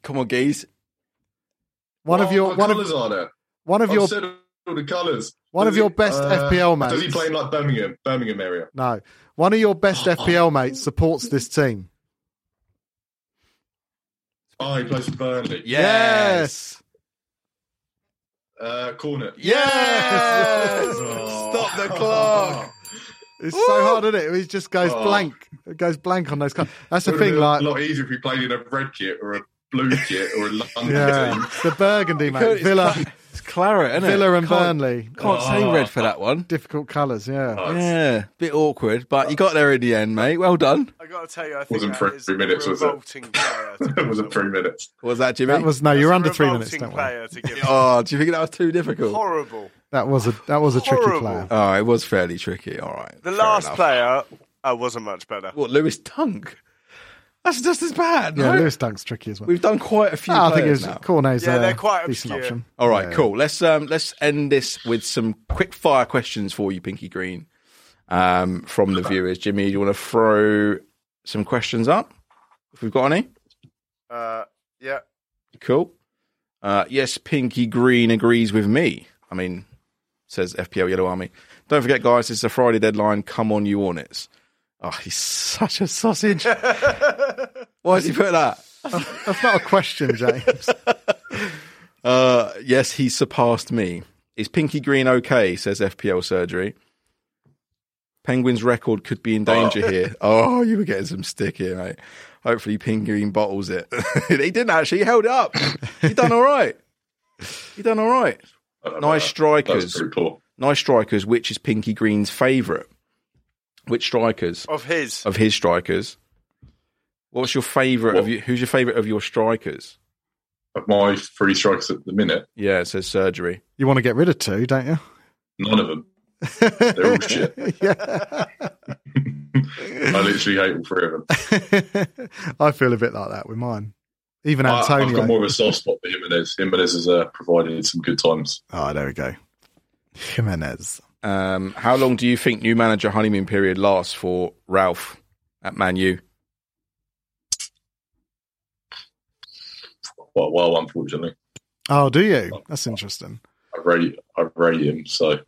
Come on, geese.
One of
Oh,
your
what
one
colours
of
are there?
one of
I've
your
said all the colours.
one
Does
of
he-
your best
uh,
FPL mates.
Does he play in like Birmingham, Birmingham area?
no. One of your best FPL mates supports this team.
Oh, he plays for Burnley.
Yes.
Uh, corner.
Yes.
Oh.
Stop the clock.
It's so hard, isn't it? It just goes
Oh.
blank. It goes blank on those. Cards. That's the
It would have
thing.
been
Like,
a lot easier if he played in a red kit or a blue kit or a London
yeah,
team.
it's the Burgundy
It's
mate. Villa,
cla- It's Clara, isn't it?
Villa, and
Can't-
Burnley.
Can't say
Oh.
red for that one.
Difficult colours. Yeah.
Oh, it's-
Yeah, bit awkward, but you got there in the end, mate. Well done.
I got to tell you, I think
Wasn't
that
three
is a
minutes, was it?
revolting player. to
it was a three minutes.
What was that, Jimmy?
That was no. Oh,
give.
You're
That's a
under three minutes. Don't
revolting
worry.
player to give.
Oh, do you think that was too difficult?
Horrible.
That was a that was a tricky
Horrible.
player.
Oh, it was fairly tricky. All right.
The
fair
last
enough.
player uh, wasn't much better.
What, Lewis Tunk? That's just as bad.
Yeah,
no?
Lewis Dunk's tricky as well.
We've done quite a few.
Ah, I think it
players
was
now.
Cornet's
Yeah,
a
they're quite
decent
obscure.
option.
All right,
Yeah.
cool. Let's um let's end this with some quick fire questions for you, Pinky Green, um, from the viewers. Jimmy, do you want to throw some questions up? If we've got any,
Uh, yeah.
cool. Uh, yes, Pinky Green agrees with me. I mean, says FPL Yellow Army. Don't forget, guys, it's a Friday deadline. Come on, you Hornets. Oh, he's such a sausage. Why has he put that?
That's not a question, James.
Uh, yes, he surpassed me. Is Pinky Green okay? Says FPL Surgery. Penguin's record could be in danger here. Oh, you were getting some stick here, mate. Hopefully, Pinky Green bottles it. he didn't actually. He held it up. He done all right. He done all right.
I don't know
Nice
about that. That was
strikers.
pretty poor.
Nice strikers. Which is Pinky Green's favourite? Which strikers
Of his.
of his strikers? What's your favourite of
What?
you? Who's your favourite of your strikers?
of my three strikers at the minute,
Yeah, it says surgery.
You want to get rid of two, don't you?
none of them. They're all Oh, shit.
yeah.
I literally hate all three of them.
I feel a bit like that with mine. Even
I, I've got
Antonio.
more of a soft spot for Jimenez. Jimenez has uh, provided some good times.
oh, there we go. Jimenez.
Um, how long do you think new manager honeymoon period lasts for Ralph at Man U?
Quite a while, unfortunately.
Oh, do you? That's interesting.
I rate, I rate him, so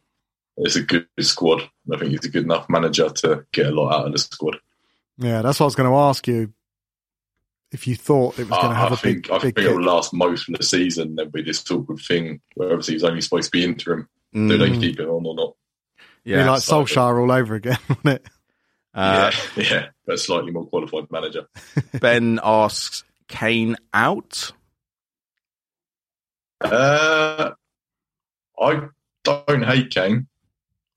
it's a good squad. And I think he's a good enough manager to get a lot out of the squad.
Yeah, that's what I was going to ask you. If you thought it was going to
I,
have
Uh, I
a
think
big,
I
big
think it'll
kick.
last most of the season. There'll be this awkward thing where obviously he's only supposed to be interim. Do they
Mm,
keep it on or not?
Be
yeah.
like
so-
Solskjaer all over again, wouldn't it?
Uh,
yeah, yeah, but a slightly more qualified manager.
Ben asks Kane out.
Uh, I don't hate Kane.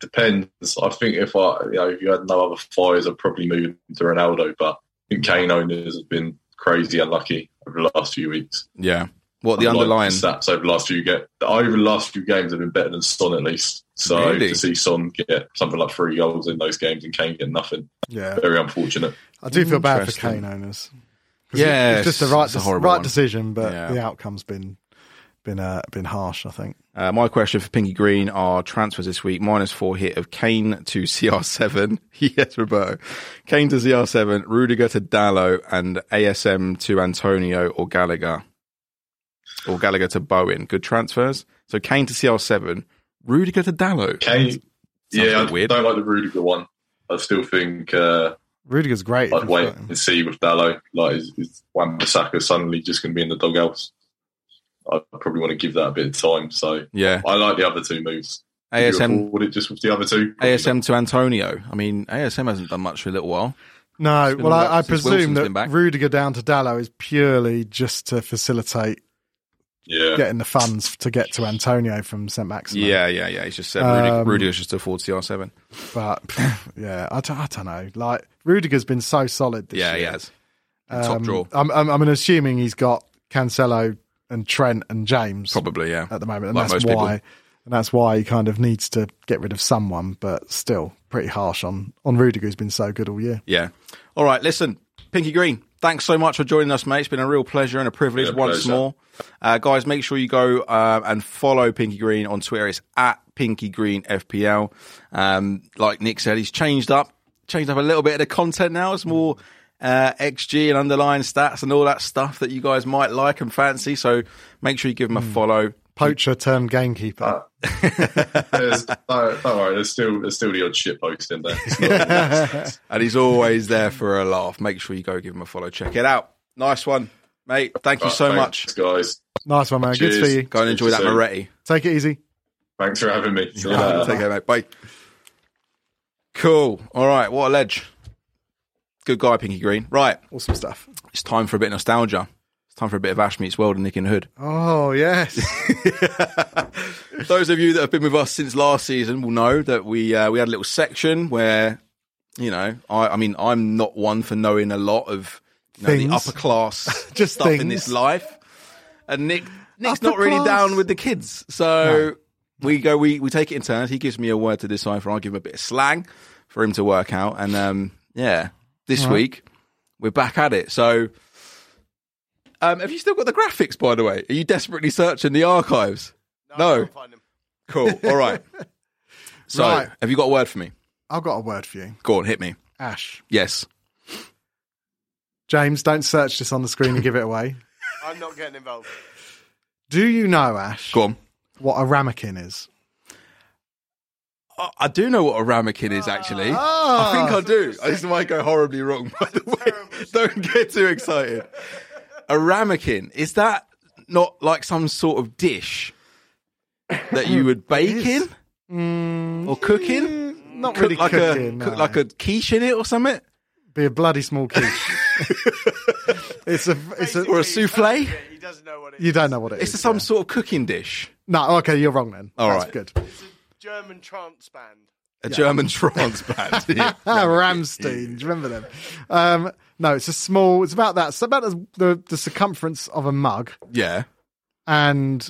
Depends. I think if I, you know, if you had no other fires, I'd probably move him to Ronaldo. But I think Kane owners have been crazy unlucky over the last few weeks.
Yeah. What the
Like,
underlying?
stats over the last few get over the last few games have been better than Son at least. So
Really?
to see Son get something like three goals in those games and Kane get nothing,
Yeah.
very unfortunate.
I do feel bad for
Interesting.
Kane owners. 'Cause it-
Yes,
it's just the right,
it's a
dec-
horrible
right
one.
decision, but
Yeah.
the outcome's been been uh, been harsh. I think.
Uh, my question for Pinky Green are transfers this week. Minus four hit of Kane to CR7. yes, Roberto. Kane to CR7, Rudiger to Dallo, and ASM to Antonio or Gallagher. Or Gallagher to Bowen. Good transfers. So Kane to CR7, Rudiger to Dallo.
Kane, yeah,
a bit
I
weird.
don't like the Rudiger one. I still think. Uh,
Rudiger's great.
I'd
if
wait
you've got him.
and see with Dallo. Like, is, is Wan-Bissaka suddenly just going to be in the doghouse? I probably want to give that a bit of time. So
Yeah.
I like the other two moves. Could you
ASM
afford it just with the other two? Probably
ASM to Antonio. I mean, ASM hasn't done much for a little while.
No,
been
well,
all
I, I
up since Wilson's
presume
been back.
that Rudiger down to Dallo is purely just to facilitate
not. Yeah.
getting the funds to get to Antonio from St. Maximin.
Yeah, yeah, yeah. He's just said
Um,
Rudiger, Rudiger's just a four CR7.
But yeah, I don't, I don't know. Like Rudiger's been so solid this
Yeah,
year.
he has. Top
Um,
draw.
I'm, I'm, I'm assuming he's got Cancelo and Trent and James
Probably, yeah.
at the moment, and
Like
that's
most people.
why. And that's why he kind of needs to get rid of someone, but still pretty harsh on on Rudiger, who's been so good all year.
Yeah. All right. Listen, Pinky Green, thanks so much for joining us, mate. It's been a real pleasure and a privilege
Yeah,
once
pleasure.
more. Uh, guys, make sure you go uh, and follow Pinky Green on Twitter. It's at Pinky Green FPL. Um, like Nick said, he's changed up, changed up a little bit of the content now. It's more uh, XG and underlying stats and all that stuff that you guys might like and fancy. So make sure you give him a follow.
Poacher turned gamekeeper.
There's- don't, don't worry, there's still there's still the odd shit post in there. It's not-
And he's always there for a laugh. Make sure you go give him a follow. Check it out. Nice one, mate. Thank you
Right,
so
thanks,
much.
guys.
nice one, man. Good to
Cheers.
see you.
Go and enjoy that
Soon.
Moretti.
Take it easy.
Thanks for having me. See you
Uh,
later.
take care, mate. Bye. Cool. All right. What a ledge. Good guy, Pinky Green. Right.
Awesome stuff.
It's time for a bit of nostalgia. It's time for a bit of Ash Meets World and Nick and Hood.
Oh yes,
Those of you that have been with us since last season will know that we uh, we had a little section where, you know, I, I mean, I'm not one for knowing a lot of you know, the
Things.
upper class
Just
stuff in
things.
this life, and Nick Nick's
Upper
not really
class.
down with the kids, so we go we we take it in turns. He gives me a word to decipher. I give him a bit of slang for him to work out, and um, yeah, this week we're back at it. So. Um, have you still got the graphics, by the way? Are you desperately searching the archives? No.
I'll find him.
Cool. All right. So,
Right.
have you got a word for me?
I've got a word for you,
Go on, hit me.
Ash.
Yes.
James, don't search this on the screen and give it away.
I'm not getting involved.
Do you know, Ash,
Go on.
what a ramekin is?
I, I do know what a ramekin is, actually.
Oh.
I think I do. This might go horribly wrong, by the way. Don't get too excited. A ramekin, is that not like some sort of dish that you would bake
is.
in or cook in?
Not
Cook,
really
like,
cooking.
a,
no.
cook like a quiche in it or something?
be a bloody small quiche. it's a it's a.
Or a souffle?
He doesn't know what it is.
You don't know what it
It's
is,
some
yeah.
sort of cooking dish.
No, okay, you're wrong then.
All
That's
right.
good.
German trance band.
A German transplant.
Ah, Ramstein, do you remember them? Um, no, it's a small. It's about that. It's about the, the circumference of a mug,
yeah.
and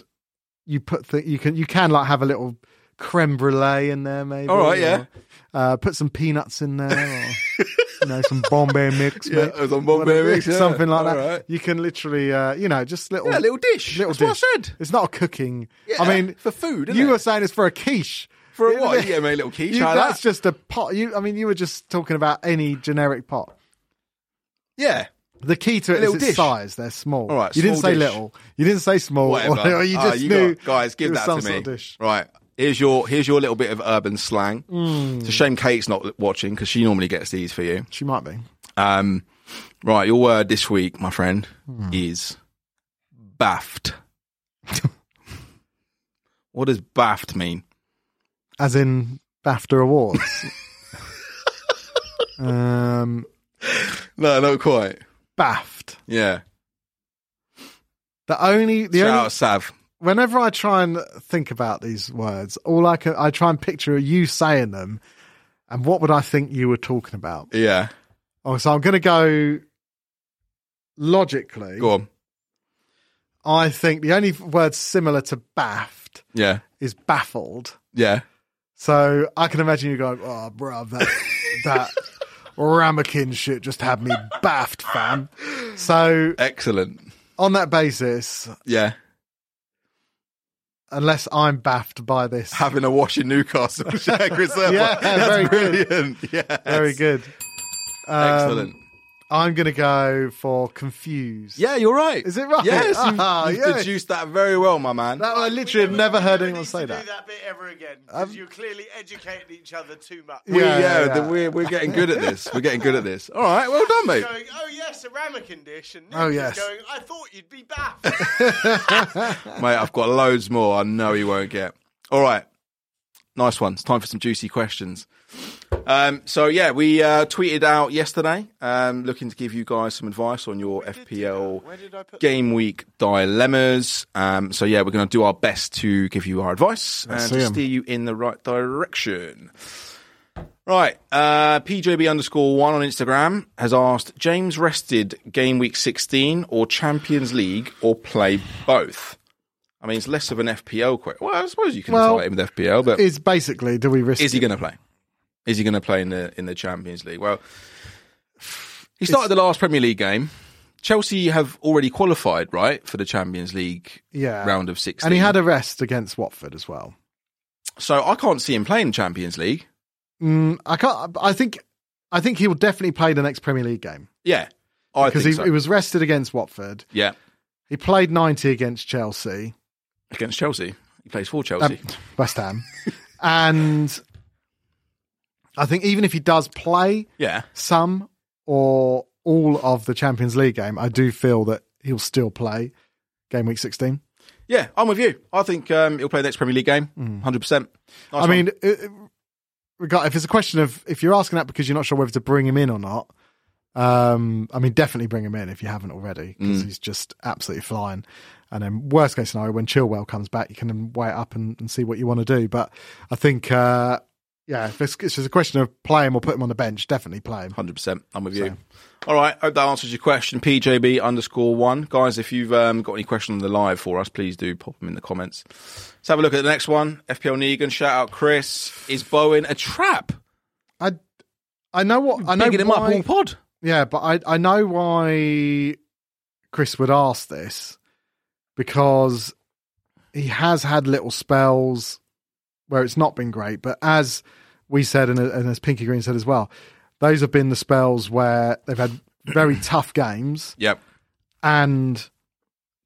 you put the you can you can like have a little creme brulee in there maybe.
All right,
or,
yeah.
Uh, put some peanuts in there, or you know, some Bombay mix,
Yeah,
mate.
it was on Bombay
Whatever,
mix, yeah.
something like
All
that.
right.
You can literally, uh, you know, just little,
Yeah, a little dish.
little
That's what I
dish.
said.
It's not a cooking.
Yeah,
I mean,
for food, isn't
You
it?
were saying it's for a quiche.
For a what? Yeah, make a little quiche.
You,
try that.
that's just a pot. You, I mean, you were just talking about any generic pot.
yeah.
The key to it is
Little
its
dish.
size. They're small.
All right,
You didn't
small
say
dish.
little. You didn't say small.
Whatever.
Or you
Ah,
just knew.
got- guys,
it
give
was
that
some
to me.
sort of dish.
Right. Here's your here's your little bit of urban slang.
Hmm.
It's a shame Kate's not watching because she normally gets these for you.
She might be.
Um, right, your word this week, my friend,
Hmm.
is baffed. what does baffed mean?
As in BAFTA awards. um,
No, not quite.
BAFT.
Yeah.
The only the
Shout
only
out Sav.
whenever I try and think about these words, all I can I try and picture you saying them, and what would I think you were talking about?
Yeah.
Oh, so I'm going to go logically.
Go on.
I think the only word similar to baffed
Yeah.
is baffled.
Yeah.
So I can imagine you going, "Oh, bruv, that that ramekin shit just had me baffed, fam." So
Excellent.
on that basis,
Yeah.
unless I'm baffed by this,
Having a wash in Newcastle. yeah, Chris Irvine.
Yeah,
That's
very good.
brilliant. Yes.
very good. Um,
Excellent.
I'm going to go for confused.
yeah, you're right.
Is it right?
Yes, you've,
Ah,
you've
yeah.
deduced that very well, my man.
That I literally have never heard anyone say
to
that.
Do that bit ever again. 'cause you're clearly educating each other too much.
We- yeah,
Yeah, yeah,
the-
yeah.
we're we're getting good at this. We're getting good at this. All right, well done, mate.
Going, oh yes, a ramekin dish, and Nick
Oh,
is
yes.
going, I thought you'd be baffed.
Mate, I've got loads more. I know he won't get. All right, nice one. It's time for some juicy questions. Um, so yeah, we uh, tweeted out yesterday, um, looking to give you guys some advice on your FPL
Where did I put?
game week dilemmas. Um, so yeah, we're going to do our best to give you our advice and to
see 'em.
steer you in the right direction. Right, uh, PJB underscore one on Instagram has asked James rested game week sixteen or Champions League or play both. I mean, it's less of an FPL question. Well, I suppose you can
Well,
well, him with FPL, but
Is basically, do we risk?
is he
it?
going to play? Is he going to play in the in the Champions League? Well, he started the last Premier League game. Chelsea have already qualified, right, for the Champions League
Yeah.
round of sixteen.
And he had a rest against Watford as well.
so I can't see him playing Champions League.
Mm, I can't. I think. I think he will definitely play the next Premier League game
Yeah, I
because
think
he,
so.
he was rested against Watford.
yeah,
He played ninety against Chelsea,
against Chelsea, he plays for
um,
Chelsea.
West Ham, and I think even if he does play
yeah,
some or all of the Champions League game, I do feel that he'll still play game week sixteen.
yeah, I'm with you. I think um, he'll play the next Premier League game, hundred percent.
Mm. I mean, it, it- regard if it's a question of if you're asking that because you're not sure whether to bring him in or not, um, I mean, definitely bring him in if you haven't already because
Mm.
he's just absolutely flying. And then, worst case scenario, when Chilwell comes back, you can then weigh it up and, and see what you want to do. But I think, uh, yeah, if it's, if it's just a question of play him or put him on the bench, definitely play him.
Hundred percent. I'm with you. All right. Hope that answers your question. PJB underscore one, guys. If you've um, got any question on the live for us, please do pop them in the comments. Let's have a look at the next one. FPL Negan. Shout out Chris. Is Bowen a trap?
I, I know what I know.
Bigging him up
why-
all pod.
Yeah, but I I know why Chris would ask this because he has had little spells where it's not been great, but as we said and, and as Pinky Green said as well, those have been the spells where they've had very tough games
Yep.
and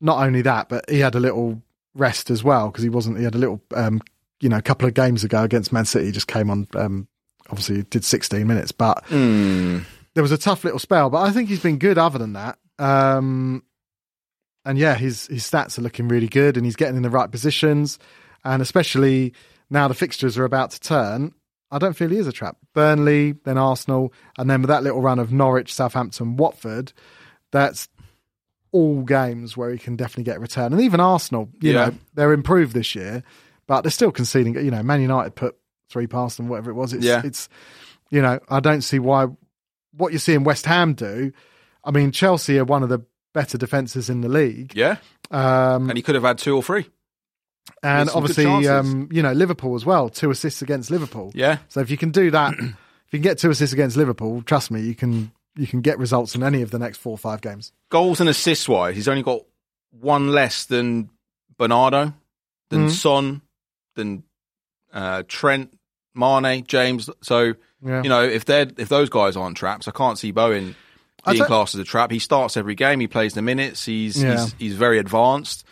not only that, but he had a little rest as well because he wasn't. He had a little, um, you know, a couple of games ago against Man City. He just came on. Um, obviously, he did 16 minutes, but there was a tough little spell. But I think he's been good. Other than that, um, and yeah, his his stats are looking really good, and he's getting in the right positions, and especially now the fixtures are about to turn. I don't feel he is a trap. Burnley, then Arsenal, and then with that little run of Norwich, Southampton, Watford, that's all games where he can definitely get a return. And even Arsenal, you
Yeah.
know, they're improved this year, but they're still conceding. You know, Man United put three past them, whatever it was. It's,
Yeah.
it's you know, I don't see why what you're seeing West Ham do. I mean, Chelsea are one of the better defences in the league
Yeah.
Um,
and he could have had two or three.
and
some good
obviously,
chances.
um, you know, Liverpool as well, two assists against Liverpool.
Yeah.
So if you can do that, if you can get two assists against Liverpool, trust me, you can you can get results in any of the next four or five games.
Goals and assists wise, he's only got one less than Bernardo,
Hmm.
than Son, than uh, Trent, Mane, James. So
Yeah.
you know if they are if those guys aren't traps, I can't see Bowen
I
being
don't-
classed as a trap. He starts every game. He plays the minutes. He's
Yeah.
he's, he's very advanced.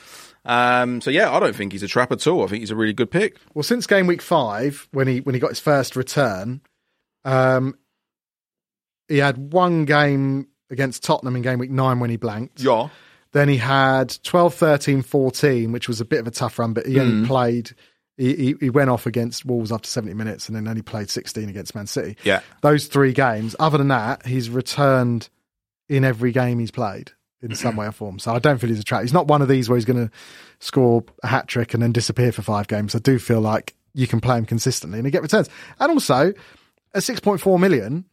Um, so yeah, I don't think he's a trap at all. I think he's a really good pick.
Well, since game week five, when he when he got his first return, um, he had one game against Tottenham in game week nine when he blanked.
Yeah,
Then he had 12, 13, 14, which was a bit of a tough run, but he
Hmm.
only played. He, he, he went off against Wolves after 70 minutes and then only played 16 against Man City.
yeah.
Those three games, other than that, he's returned in every game he's played in some
Mm-hmm.
way or form. So I don't feel he's a trap. He's not one of these where he's going to score a hat trick and then disappear for five games. I do feel like you can play him consistently and he get returns. And also, at 6.4 million,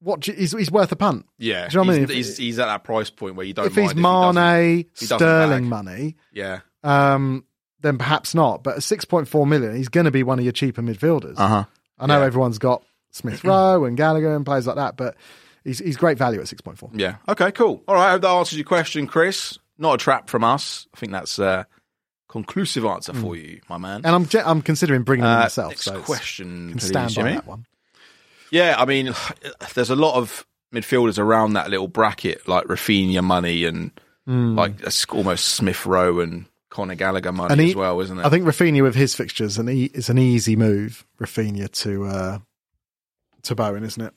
what do you- he's, he's worth a punt.
Yeah,
Do you know what I
he's,
mean? If-
he's, he's at that price point where you don't. mind
If he's
he doesn't.
Mane,
he doesn't
Sterling
bag.
money,
yeah,
um, then perhaps not. But at 6.4 million, he's going to be one of your cheaper midfielders.
Uh-huh.
I know
Yeah.
everyone's got Smith Rowe and Gallagher and players like that, but he's, he's great value at 6.4.
yeah. Okay, cool. All right, I hope that answers your question, Chris. Not a trap from us. I think that's a conclusive answer for you, my man.
Hmm. And I'm, ge- I'm considering bringing him
Uh,
myself.
next
so it's-
question,
can
please,
stand by
Jimmy.
that one.
Yeah, I mean, there's a lot of midfielders around that little bracket, like Rafinha money and
Hmm.
like it's almost Smith Rowe and Conor Gallagher money
And he-
as well, isn't it?
I think Rafinha with his fixtures, and he, it's an easy move, Rafinha to uh, to Bowen, isn't it?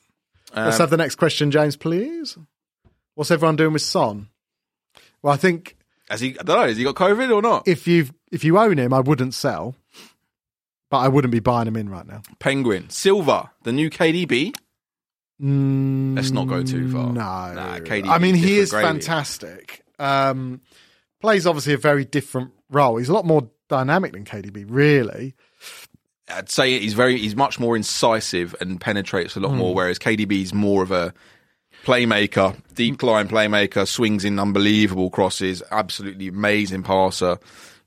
Let's
Um,
have the next question, James, please. What's everyone doing with Son? Well, I think
has he? I don't know. Has he got COVID or not?
if you have if you own him, I wouldn't sell, but I wouldn't be buying him in right now.
Penguin Silva, the new KDB.
Mm,
Let's not go too far.
No,
Nah, KDB
I mean he
different
is
gravy.
fantastic. Um, plays obviously a very different role. He's a lot more dynamic than KDB, really.
I'd say he's very he's much more incisive and penetrates a lot
Hmm.
more, whereas KDB's more of a playmaker, deep line playmaker, swings in unbelievable crosses, absolutely amazing passer,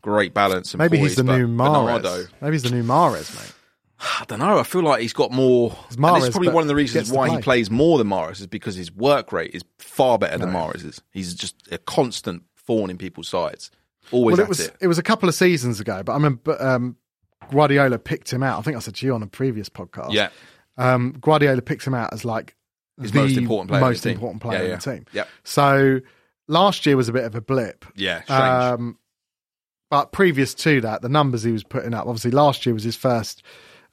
great balance. And
Maybe he's
poise,
the
but
new Mares.
Bernardo,
Maybe he's the new Mares, mate.
I don't know. I feel like he's got more.
It's
and this
Mahrez,
is probably
but
one of the
gets
reasons
to
why
play.
he plays more than Morris is because his work rate is far better than Morris's. He's just a constant thorn in people's sides. Always
Well,
at
it was
it.
it. was a couple of seasons ago, but I remember um, Guardiola picked him out. I think I said to you on a previous podcast.
Yeah,
um, Guardiola picks him out as like
His
the
most important player in the
most
team.
important player
Yeah,
in the
yeah.
team.
Yep.
So last year was a bit of a blip.
yeah. Strange.
Um, but previous to that, the numbers he was putting up, obviously last year was his first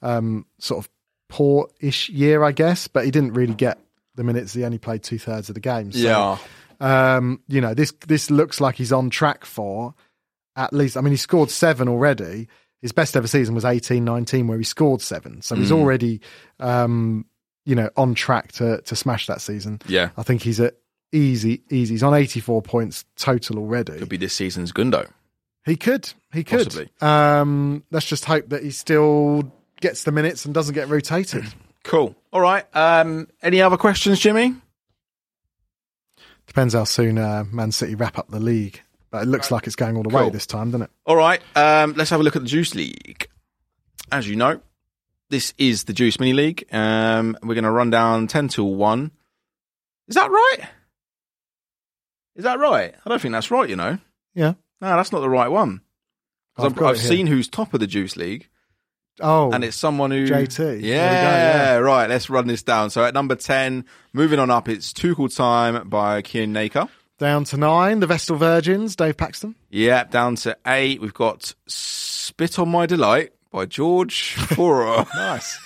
um, sort of poor-ish year, I guess. But he didn't really get the minutes. He only played two thirds of the game. So,
yeah.
Um, you know this this looks like he's on track for at least. I mean, he scored seven already. His best ever season was eighteen nineteen, where he scored seven. So
Hmm.
he's already, um, you know, on track to to smash that season.
Yeah.
I think he's at easy, easy. He's on eighty four points total already.
Could be this season's Gundo.
He could. He could.
Possibly.
Um, let's just hope that he still gets the minutes and doesn't get rotated.
Hmm. Cool. All right. Um, any other questions, Jimmy?
Depends how soon uh, Man City wrap up the league. But it looks like it's going all the way
Cool.
this time, doesn't it?
All right, um, let's have a look at the Juice League. As you know, this is the Juice Mini League. Um, we're going to run down 10 till 1. Is that right? Is that right? I don't think that's right, you know.
Yeah.
No, that's not the right one. 'Cause
I've
I've,
got
I've
it here.
seen who's top of the Juice League,
Oh,
and it's someone who.
JT. There we go,
Yeah, right. Let's run this down. So at number 10, moving on up, it's Tuchel Time by Kian Naker.
down to nine. The Vestal Virgins, Dave Paxton.
Yeah, down to eight. We've got Spit on My Delight by George Forer.
Nice.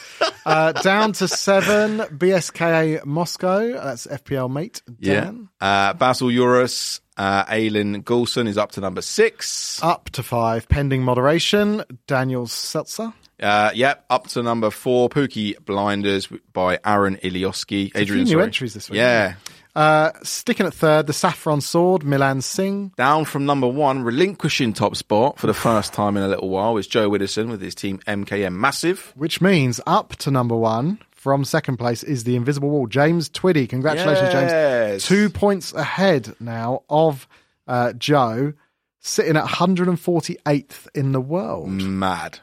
uh, down to seven. BSKA Moscow. That's FPL mate. Dan.
Uh, Basil Urus, uh, Aylin Goulson is up to number six.
Up to five. Pending moderation. Daniel Seltzer.
Uh, yep, up to number four. Pookie Blinders by Aaron Ilioski. Adrian,
new
sorry.
entries this week,
Yeah.
Uh, sticking at third. The Saffron Sword. Milan Singh.
Down from number one, relinquishing top spot for the first time in a little while is Joe Widdowson with his team MKM Massive.
Which means up to number one from second place is the Invisible Wall, James Twiddy. Congratulations,
Yes.
James. Two points ahead now of uh, Joe. sitting at 148th in the world.
Mm. Mad.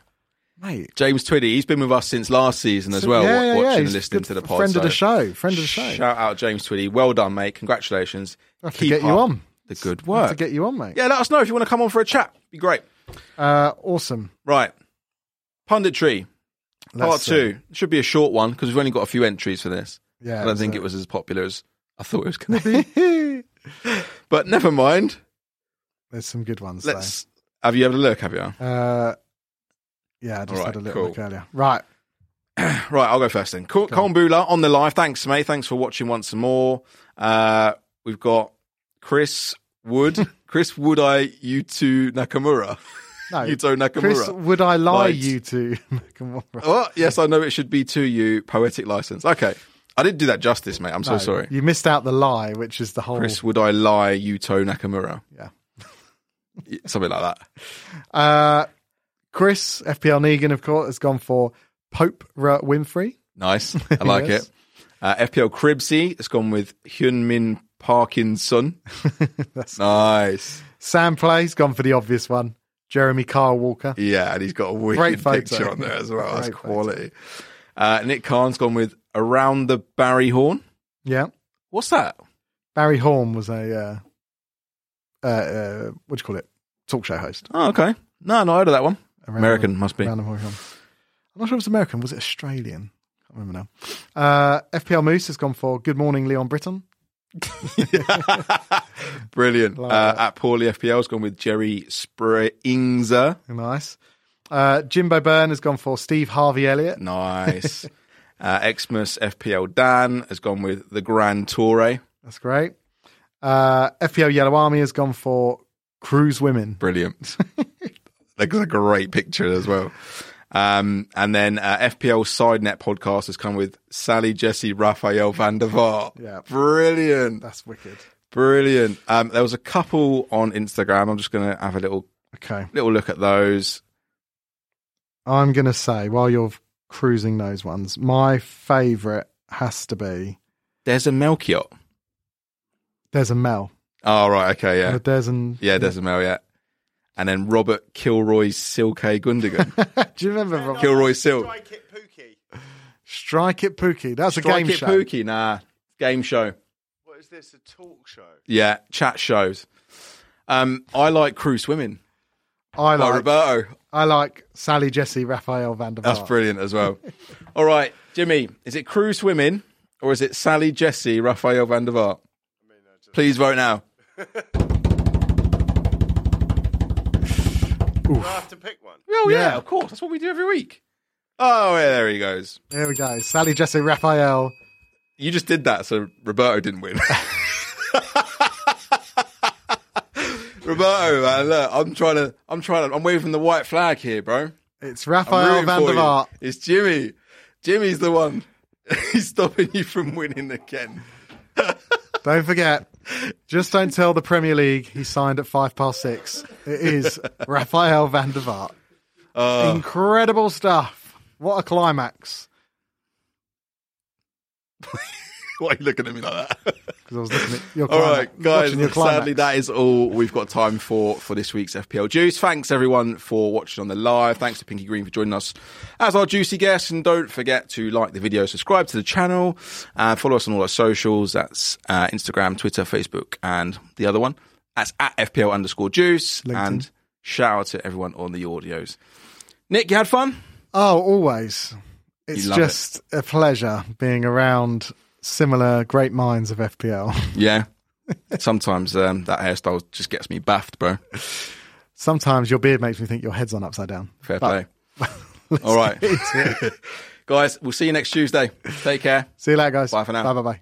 Mate.
James Twiddy, he's been with us since last season as well, wa- watching and
he's
listening
good
to the pod.
Friend of the
so
show. Friend of the show.
Shout out James Twiddy. Well done, mate. Congratulations.
have to get you on.
The good
Have
work.
To get you on, mate.
yeah, let us know if you want to come on for a chat. Be great.
Uh, awesome.
Right. Punditry, part
Let's, uh,
two. Should be a short one because we've only got a few entries for this.
Yeah.
I don't think it was as popular as I thought it was going to be. But never mind.
uh, There's some good ones. though.
Let's. Have you had a look? Have you?
Uh, yeah, I just
All right,
had a little
cool.
look earlier. Right.
Right, I'll go first then. Col- Colin Bula on the live. Thanks, mate. Thanks for watching once more. Uh, we've got Chris Wood. Chris Wood, I Yuto Nakamura.
No.
Yuto Nakamura.
Chris, would I lie
Lied.
you to Nakamura?
Oh, yes, I know it should be to you. Poetic license. Okay. I didn't do that justice, mate. I'm so
No,
sorry.
You missed out the lie, which is the whole.
Chris, would I lie Yuto Nakamura?
Yeah.
Yeah, Something like that.
Uh, Chris, FPL Negan, of course, has gone for Pope Ra- Winfrey.
Nice. I like
Yes.
it. Uh, FPL Cribsy has gone with Hyun Min Parkinson. nice.
Sam Play's gone for the obvious one. Jeremy Kyle Walker.
Yeah, and he's got a wicked
Great photo.
picture on there as well. That's
Great photo.
quality. Uh, Nick Khan's gone with Around the Barry Horn.
Yeah.
What's that?
Barry Horn was a, uh, uh, uh, what do you call it? Talk show host.
Oh, okay. No, no, I heard of that one.
Around-
American, must be.
around the Horn. I'm not sure if it was American. Was it Australian? I can't remember now. Uh, FPL Moose has gone for Good Morning Leon Britton.
Brilliant.
Like
Uh,
that.
at Poorly FPL's gone with Jerry Springzer.
Nice. Uh, Jimbo Byrne has gone for Steve Harvey Elliott.
Nice. uh, Xmas FPL Dan has gone with the Grand Toure.
That's great. Uh, FPL Yellow Army has gone for Cruise Women.
Brilliant. That's a great picture as well. Um, and then uh, FPL Sidenet podcast has come with Sally Jesse Raphael van der Vaart.
Yeah.
Brilliant.
That's wicked.
Brilliant. Um, there was a couple on Instagram. I'm just going to have a little
Okay.
little look at those.
I'm going to say, while you're cruising those ones, my favourite has to be
There's a Melchior.
There's a Mel.
Oh, right. Okay. Yeah.
There's an.
Yeah, Desmond Mel, yeah. And then Robert Kilroy Silke Gundogan.
Do you remember? Rob?
Kilroy Silk.
Strike it, Pookie.
Strike it Pookie. That's a
Strike
game
it
show.
Pookie, nah. Game show.
What is this? A talk show?
Yeah, chat shows. Um, I like Cruise Women
I
by
like.
Roberto.
I like Sally Jesse Raphael Van der
That's
Vaart.
brilliant as well. All right, Jimmy, is it Cruise Women or is it Sally Jesse Raphael van der Vaart? Please vote now.
Do I have to pick one?
Oh,
yeah, of
course. That's what we do every week. Oh, yeah, there he goes.
There we go. Sally Jesse Raphael.
You just did that, so Roberto didn't win. Roberto, man, look, I'm trying to, I'm trying to, I'm waving the white flag here, bro.
It's
I'm
Raphael
rooting
Van
for
der
you.
Vaart.
It's Jimmy. Jimmy's the one. He's stopping you from winning again.
Don't forget, just don't tell the Premier League he signed at five past six. It is Raphael van der Vaart.
Uh.
Incredible stuff. What a climax.
Why are you looking at me like that?
Because I was looking at your
All
climax.
right, guys.
watching your climax.
Sadly, that is all we've got time for for this week's FPL Juice. Thanks everyone for watching on the live. Thanks to Pinky Green for joining us as our juicy guest. And don't forget to like the video, subscribe to the channel, uh, follow us on all our socials. That's uh, Instagram, Twitter, Facebook, and the other one. That's at FPL underscore Juice. And shout out to everyone on the audios. Nick, you had fun.
Oh, always. It's
love it.
just a pleasure being around similar great minds of FPL.
Yeah. Sometimes um, that hairstyle just gets me baffed, bro.
Sometimes your beard makes me think your head's on upside down.
Fair
But-
play. all right. Guys, we'll see you next Tuesday. Take care.
See you later, guys.
Bye for now.
Bye bye bye.